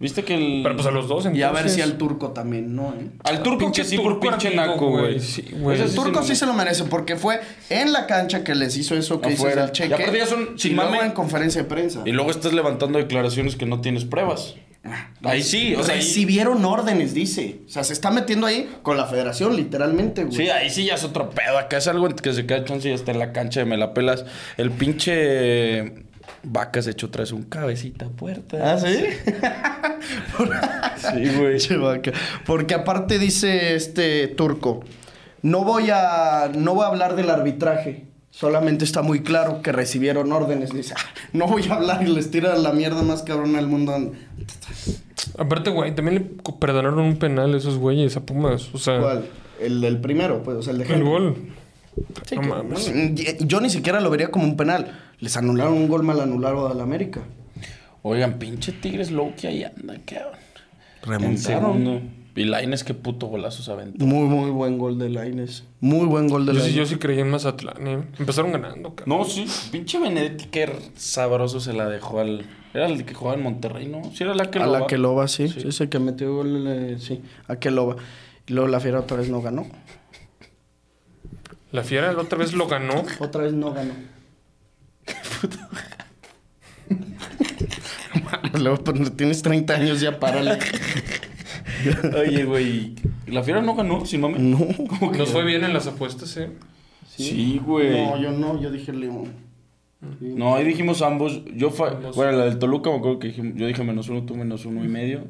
Viste que el. Pero pues a los dos, entonces. Y a ver si al turco también, ¿no? eh? Al turco Pinche que sí por turco pinche amigo, naco, güey. güey. Sí, güey. Ese El turco sí mamó. se lo merece porque fue en la cancha que les hizo eso que hizo Afuera. el cheque. Y aparte ya son- sin y luego mame- en conferencia de prensa. Y luego estás levantando declaraciones que no tienes pruebas. Ah, Ahí sí, o sea, ahí- recibieron órdenes, dice. O sea, se está metiendo ahí con la federación, literalmente, güey. Sí, ahí sí ya es otro pedo. Acá es algo en que se queda chance y hasta en la cancha de me la pelas. El pinche vaca se echó tras un cabecita a puerta. ¿Ah, sí? Sí, güey. Che, vaca. Porque aparte dice este turco, no voy a no voy a hablar del arbitraje. Solamente está muy claro que recibieron órdenes. Dice, "Ah, no voy a hablar y les tira la mierda más cabrona del mundo. Aparte, güey, también le co- perdonaron un penal a esos güeyes, a Pumas. O sea, ¿Cuál? El del primero, pues, o sea, el de el Henry. gol. Sí, no que- mames. Mm, Yo ni siquiera lo vería como un penal. Les anularon un gol mal anulado al América. Oigan, pinche Tigres Loki ahí anda, cabrón. En Remontaron. segundo. Y Laines, qué puto golazo se aventó. Muy, muy buen gol de Laines. Muy buen gol de Yo sí, Laines. yo sí creía en Mazatlán, ¿eh? Empezaron ganando, cabrón. No, sí. Pinche Benedetti, qué sabroso se la dejó al. Era el que jugaba en Monterrey, ¿no? Sí, era la que a lo la va- que loba, sí. sí. Ese que metió gol, eh, sí. A que loba. Y luego la fiera otra vez no ganó. La fiera la otra vez lo ganó. Otra vez no ganó. Luego, pues, no tienes 30 años ya, párale. Oye, güey. La fiera no ganó, sin mame. No. ¿Cómo que Nos fue bien en las apuestas, ¿eh? Sí, güey. No, yo no, yo dije León. No, ahí dijimos ambos. Yo fa- Bueno, la del Toluca me acuerdo que dijimos- yo dije menos uno, tú menos uno y medio.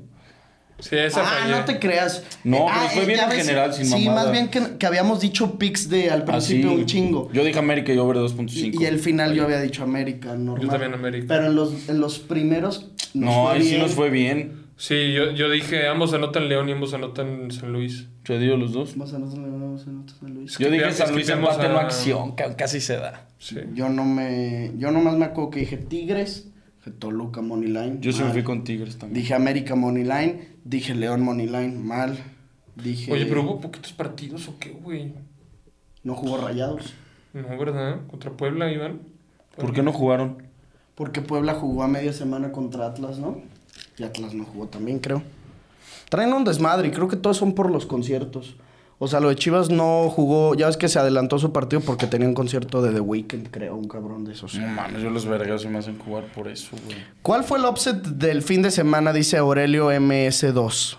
Sí, esa Ah, fallé. no te creas. No, Eh, pero fue eh, bien ya en ves, general, sin Ah, Sí, mamadas. más bien que, que habíamos dicho picks de al principio Así, un chingo. Yo dije América y over Y, 2.5. y el final yo había dicho América, normal. Yo también América. Pero en los, en los primeros. nos No, fue ahí sí bien. nos fue bien. Sí, yo, yo dije, ambos anotan León y ambos anotan San Luis. Se dio los dos. Vamos a nosotros, vamos a nosotros, Luis. Yo dije Es que San Luis tenemos empate a- no acción, ca- casi se da. Sí. Yo no me. Yo nomás me acuerdo que dije Tigres, dije Toluca Moneyline. Ah, Yo sí me mal. fui con Tigres también. Dije América Moneyline, dije León Moneyline, mal. Dije. Oye, pero hubo poquitos partidos o qué, güey. No jugó rayados. No, ¿verdad? Contra Puebla, Iván. ¿Por qué no jugaron? Porque Puebla jugó a media semana contra Atlas, ¿no? Y Atlas no jugó también, creo. Traen un desmadre y creo que todos son por los conciertos. O sea, lo de Chivas no jugó. Ya ves que se adelantó su partido porque tenía un concierto de The Weeknd, creo, un cabrón de esos. Pues, No Ah. mames, yo los vergas y me hacen jugar por eso, güey. ¿Cuál fue el offset del fin de semana? Dice Aurelio MS2.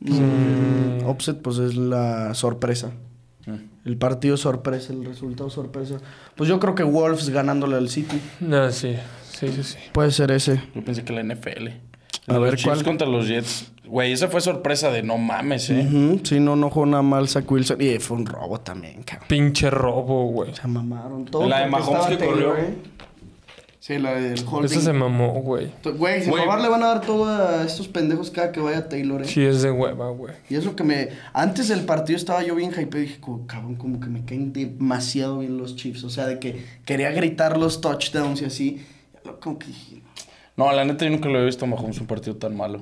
Mm, Offset, pues es la sorpresa. Ah. El partido sorpresa, el resultado sorpresa. Pues yo creo que Wolves ganándole al City. No, sí. Sí, sí, sí. Puede ser ese. Yo pensé que la NFL. A Los ver, Chiefs ¿cuál? contra los Jets. Güey, esa fue sorpresa de no mames, eh. Ujú, Sí, no, no jugó nada mal Zach Wilson. Y fue un robo también, cabrón. Pinche robo, güey. Se mamaron. Todo La de porque Mahomes estaba que corrió. Taylor, ¿eh? Sí, la del Esa se mamó, güey. T- Güey, sin Güey. robar le van a dar todo a estos pendejos cada que vaya Taylor, ¿eh? Sí, es de hueva, güey. Y es lo que me... Antes del partido estaba yo bien hype y dije, como, cabrón, como que me caen demasiado bien los Chiefs. O sea, de que quería gritar los touchdowns y así. Como que dije, No, la neta yo nunca lo había visto a Mahomes un partido tan malo.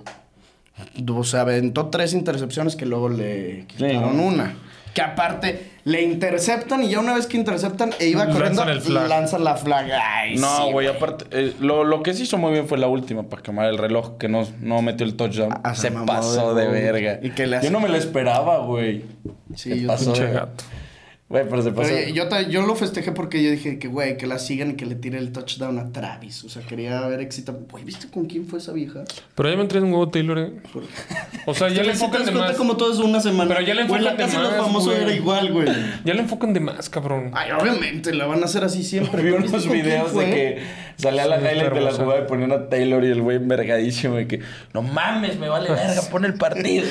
O sea, pues, aventó tres intercepciones que luego le quitaron ¿no? una. Que aparte, le interceptan y ya una vez que interceptan e iba Lanzan corriendo, el flag. lanza la flaga. Ay, No, sí, güey, aparte, eh, lo, lo que sí hizo muy bien fue la última para quemar el reloj, que no, no metió el touchdown. Ah, se se mamó pasó de de gol. verga. ¿Y qué le hace? Yo no me lo esperaba, güey. Sí, Se yo pasó Pinche de- gato. Güey, pero se pasó. Pero yo, ta- yo lo festejé porque yo dije que, güey, que la sigan y que le tire el touchdown a Travis. O sea, quería ver excitado. Güey, ¿viste con quién fue esa vieja? Pero ya me entré un huevo Taylor, eh. O sea, ya le enfocan de más. como todo es una semana. Pero ya le Güey, la enfocan de casa de los más, famosos güey. era igual, güey. Ya le enfocan de más, cabrón. Ay, obviamente, la van a hacer así siempre. Vi ¿Pero viste unos con quién videos de fue? que salía la Sí, está highlight de la hermosa. jugada y ponían a Taylor y el güey envergadísimo de que no mames, me vale verga, pon el partido.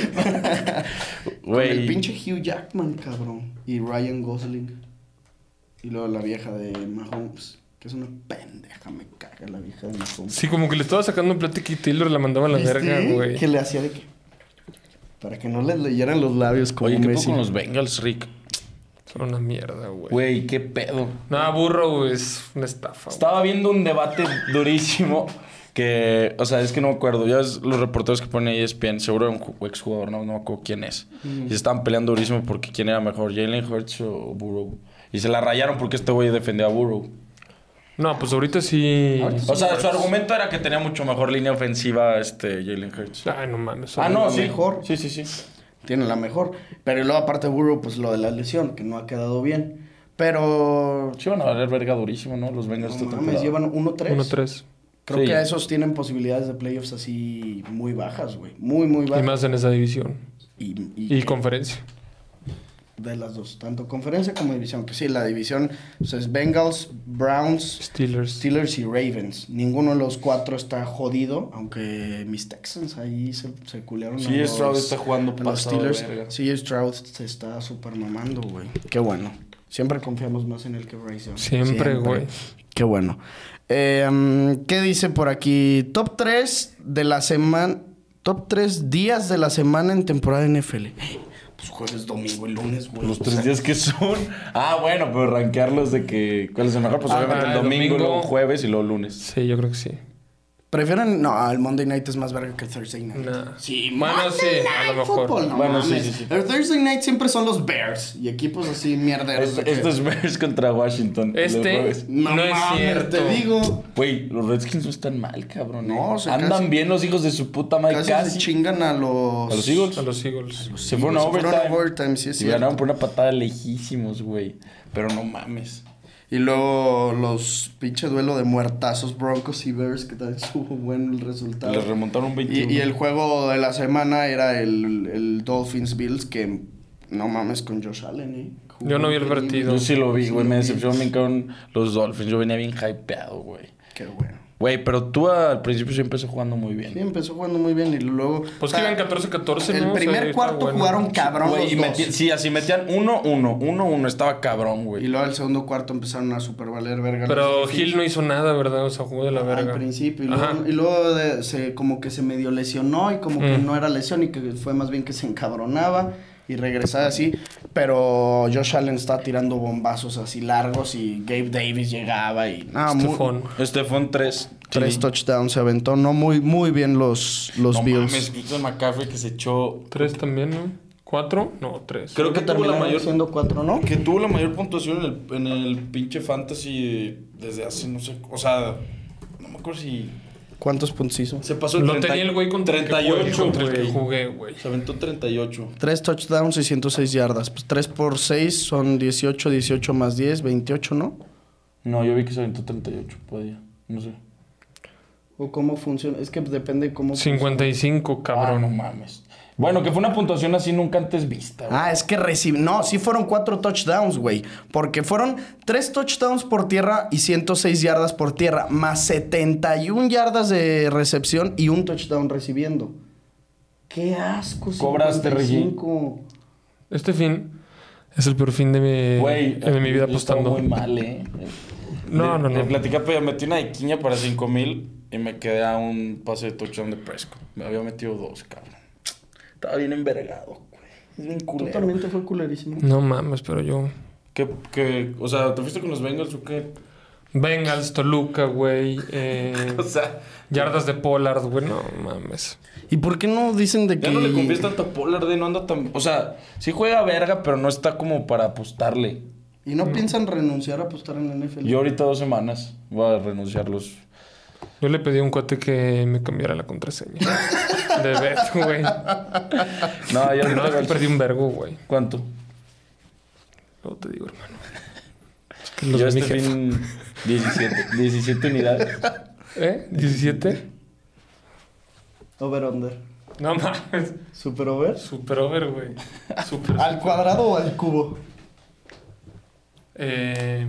Con Güey. el pinche Hugh Jackman, cabrón. Y Ryan Gosling. Y luego la vieja de Mahomes. Que es una pendeja, me caga la vieja de Mahomes. Sí, como que le estaba sacando un plática y Taylor la mandaba a la ¿Viste? verga, güey. Que le hacía de que. Para que no le leyeran los labios como Oye, ¿qué pedo Messi. con los Bengals, Rick? Son una mierda, güey. Güey, qué pedo. Nada, burro, güey. Es una estafa. güey. Estaba viendo un debate durísimo que, o sea, es que no me acuerdo. Ya ves los reporteros que E ponen ESPN, seguro era un ju- exjugador, no, no me acuerdo quién es. Y se estaban peleando durísimo porque quién era mejor, Jalen Hurts o Burrow. Y se la rayaron porque este güey defendía a Burrow. No, pues ahorita sí. O sea, su argumento era que tenía mucho mejor línea ofensiva este Jalen Hurts. Ay, no mames. Ah, no, la sí. mejor. Sí, sí, sí. Tiene la mejor. Pero luego, aparte de Burrow, pues lo de la lesión, que no ha quedado bien. Pero. Sí, van Pues a valer verga durísimo, ¿no? Los Bengals No esta mames, temporada. llevan 1-3. 1-3. Creo Sí. que esos tienen posibilidades de playoffs así muy bajas, güey. Muy, muy Y bajas. más en esa división. Y- y- Y conferencia. De las dos, tanto conferencia como división. Que sí, la división pues, es Bengals, Browns, Steelers. Steelers y Ravens. Ninguno de los cuatro está jodido, aunque mis Texans ahí se, se culearon. a Sí, los- Stroud está jugando a los pasado de Steelers. verga. Sí, Stroud se está super mamando, güey. Qué bueno. Siempre confiamos más en el que Bryson. Siempre, güey. Qué bueno. Eh, mm, ¿Qué dice por aquí? Top 3 de la semana. Top 3 días de la semana en temporada NFL. Pues jueves, domingo y lunes, güey. Los O tres sea, días que son. Ah, bueno, pero rankearlos de que. ¿Cuál es el mejor? Pues Ah, obviamente el el domingo, domingo. luego jueves y luego lunes. Sí, yo creo que sí. Prefieren. No, el Monday night es más verga que el Thursday night. Nah. Sí, Bueno, Monday sí, a lo Night mejor. Football, no Bueno, sí, mames. sí, sí. El Thursday night siempre son los Bears y equipos así mierderos. Este, de que- este es Bears contra Washington. el Este- jueves. No, No es mames, cierto. te digo. Güey, los Redskins no están mal, cabrón. eh. No, se Andan casi- bien los hijos de su puta madre. Casi, Casi. se chingan a los. A los Eagles. A los Eagles. Se fueron a Se fueron a overtime. overtime, sí, es y cierto. ganaron por una patada lejísimos, güey. Pero no mames. Y luego los pinche duelo de muertazos Broncos y Bears que también estuvo buen el resultado. Les remontaron 21. Y, y el juego de la semana era el, el Dolphins Bills que No mames con Josh Allen, ¿eh? Jugó Yo no vi el increíble. partido. Yo sí lo vi, güey. lo Me vi. decepcionó bien cabrón los Dolphins. Yo venía bien hypeado, güey. Qué bueno. Güey, pero tú al principio sí empezó jugando muy Sí, bien. empezó jugando muy bien y luego... Pues o que sea, iban 14-14, El ¿no? O sea, primer está cuarto bueno. jugaron cabrón Güey, los y dos. metí- sí, así metían 1-1, 1-1. Estaba cabrón, Y güey. luego el segundo cuarto empezaron a super valer verga. Pero los Dolphins. Gil no hizo nada, ¿verdad? O sea, jugó de la verga. Al principio. Y Ajá. luego, y luego de- se, como que se medio lesionó y como que Mm. no era lesión y que fue más bien que se encabronaba y regresaba así. Pero Josh Allen está tirando bombazos así largos y Gabe Davis llegaba y... nada, muy- Stephon. Estefón 3. Tres touchdowns se aventó. No, muy, muy bien los, los No Bills. mames, Christian McCaffrey que se echó Tres también, ¿no? ¿Cuatro? No, tres. Creo que tuvo la terminaron mayor siendo cuatro, ¿no? que tuvo la mayor puntuación en el, en el pinche fantasy desde hace no sé, o sea, no me acuerdo si ¿Cuántos puntos hizo? se pasó el Lo 30 tenía el güey contra el que jugué, 38, contra el que güey. jugué, güey. Se aventó 38. Tres touchdowns y 106 yardas. Pues 3 por 6 son 18, 18 más 10, 28, ¿no? No, yo vi que se aventó 38, podía. No sé. ¿O cómo funciona? Es que depende de cómo... 55, Ah. Cabrón, Ah, no cabrón. mames. Bueno, que fue una puntuación así nunca antes vista. güey. Ah, es que recibió... No, sí fueron cuatro touchdowns, güey. Porque fueron tres touchdowns por tierra y 106 yardas por tierra. Más 71 yardas de recepción y un touchdown recibiendo. ¡Qué asco! Cobraste, Reggie. 55. Este fin es el peor fin de mi, Güey, de mi vida yo estaba apostando. muy mal, ¿eh? No, Le- no, Le no. platicé, pero pues, metí una de quiña para 5 mil y me quedé a un pase de touchdown de Prescott. Me había metido dos, cabrón. Estaba bien envergado, güey. Es bien culero. Totalmente fue culerísimo. No mames, pero yo. ¿Qué, qué, o sea, ¿te fuiste con los Bengals o qué? Bengals, Toluca, güey. eh, O sea, yardas de Pollard, güey. No mames. ¿Y por qué no dicen de que... ya no le confías tanto a Pollard, eh, no anda tan... O sea, sí juega verga, pero no está como para apostarle. ¿Y no piensan renunciar a apostar en la NFL? Yo ahorita dos semanas voy a renunciar los... Yo le pedí a un cuate que me cambiara la contraseña. De Beto, güey. No, yo No, es ahorita... que perdí un vergo, güey. ¿Cuánto? Luego te digo, hermano. Es que los Yo de mi este jefe. fin 17, 17 unidades. ¿Eh? ¿17? Over-under. No mames. ¿Super-over? Super over, güey. Super. Ah. ¿Al cuadrado o al cubo? Eh,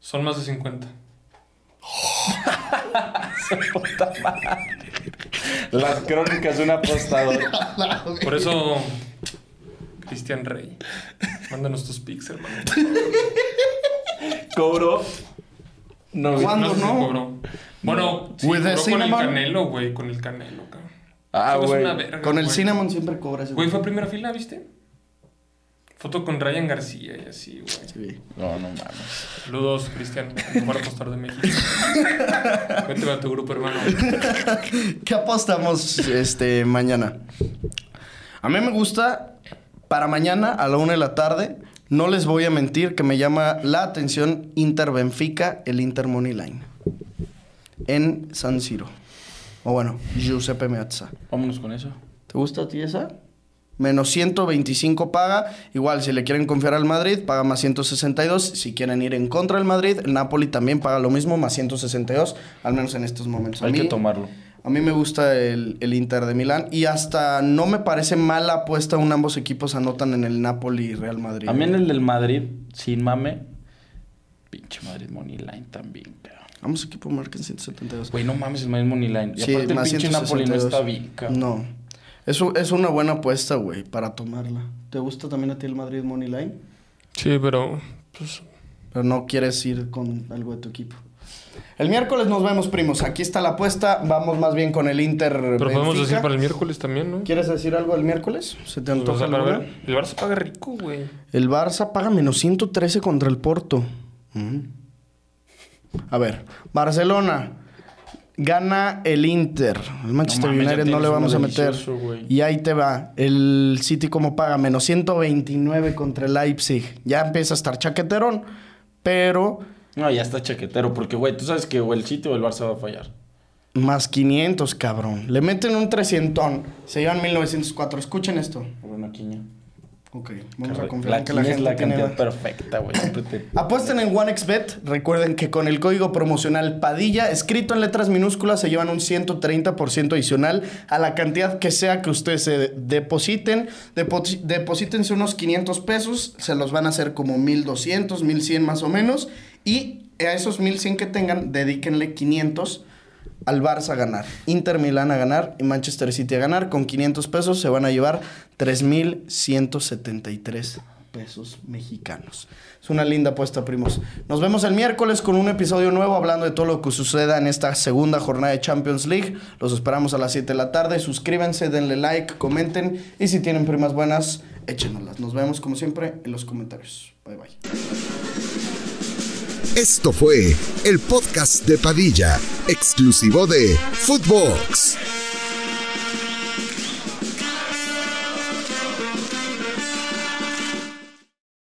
son más de 50. Las crónicas de un apostador. Por eso, Cristian Rey, mándanos tus pics, hermano. Cobró. No, güey. ¿Cuándo sé si no? cobró. Bueno, sí, With the cobró con el cinnamon. canelo, güey. Con el canelo, cabrón. Ah, Eso es güey. una verga, Con el güey. cinnamon siempre cobras. Güey, fue a primera fila, ¿viste? Foto con Ryan García y así, güey. Sí. No, no mames. Saludos, Cristian, el mejor apostar de México. Vete a tu grupo, hermano. ¿Qué apostamos este, mañana? A mí me gusta para mañana a la una de la tarde. No les voy a mentir que me llama la atención Inter Benfica, el Inter Money Line. En San Siro. O bueno, Giuseppe Meazza. Vámonos con eso. ¿Te gusta a ti esa? Menos 125 paga. Igual, si le quieren confiar al Madrid, paga más 162. Si quieren ir en contra del Madrid, el Napoli también paga lo mismo, más 162. Al menos en estos momentos. Pues A Hay que mí- tomarlo. A mí me gusta el, el Inter de Milán. Y hasta no me parece mala apuesta. Un ambos equipos anotan en el Napoli y Real Madrid. A mí en el del Madrid, sin mame, pinche Madrid Money Line también, cabrón. Ambos equipos marcan 172. Güey, no mames, el Madrid Money Line. Y Sí, aparte el más pinche Napoli no 162. está bien, cabrón. No. Es, u- es una buena apuesta, güey, para tomarla. ¿Te gusta también a ti el Madrid Money Line? Sí, pero. Pues, Pero no quieres ir con algo de tu equipo. El miércoles nos vemos, primos. Aquí está la apuesta. Vamos más bien con el Inter. pero podemos Benfica. decir para el miércoles también, ¿no? Pues, ¿Quieres decir algo el miércoles? ¿Se Pues, te O antoja sea, para alguna? ver, el Barça paga rico, güey. El Barça paga menos 113 contra el Porto. Mm. A ver, Barcelona gana el Inter. El Manchester mames, ya United no tienes le vamos a uno meter. delicioso, güey. Y ahí te va. El City como paga menos 129 contra el Leipzig. Ya empieza a estar chaqueterón, pero No, ya está chaquetero, porque, güey, tú sabes que o el City o el Barça va a fallar. más 500, cabrón. Le meten un 300. Se llevan 1904. Escuchen esto. Por una quiña. Ok, vamos a Correcto. confiar en que la quiniela gente es la tiene cantidad más. perfecta, güey. Siempre te- Apuesten en OneXBet. Recuerden que con el código promocional Padilla, escrito en letras minúsculas, se llevan un 130% adicional a la cantidad que sea que ustedes se de- depositen. Depo- deposítense unos 500 pesos, se los van a hacer como 1200, 1100 más o menos. Y a esos 1100 que tengan, dedíquenle 500 al Barça a ganar, Inter Milán a ganar y Manchester City a ganar. Con 500 pesos se van a llevar 3.173 pesos mexicanos. Es una linda apuesta, primos. Nos vemos el miércoles con un episodio nuevo hablando de todo lo que suceda en esta segunda jornada de Champions League. Los esperamos a las 7 de la tarde. Suscríbanse, denle like, comenten y si tienen primas buenas, échenoslas. Nos vemos como siempre en los comentarios. Bye bye. Esto fue el podcast de Padilla, exclusivo de Footbox.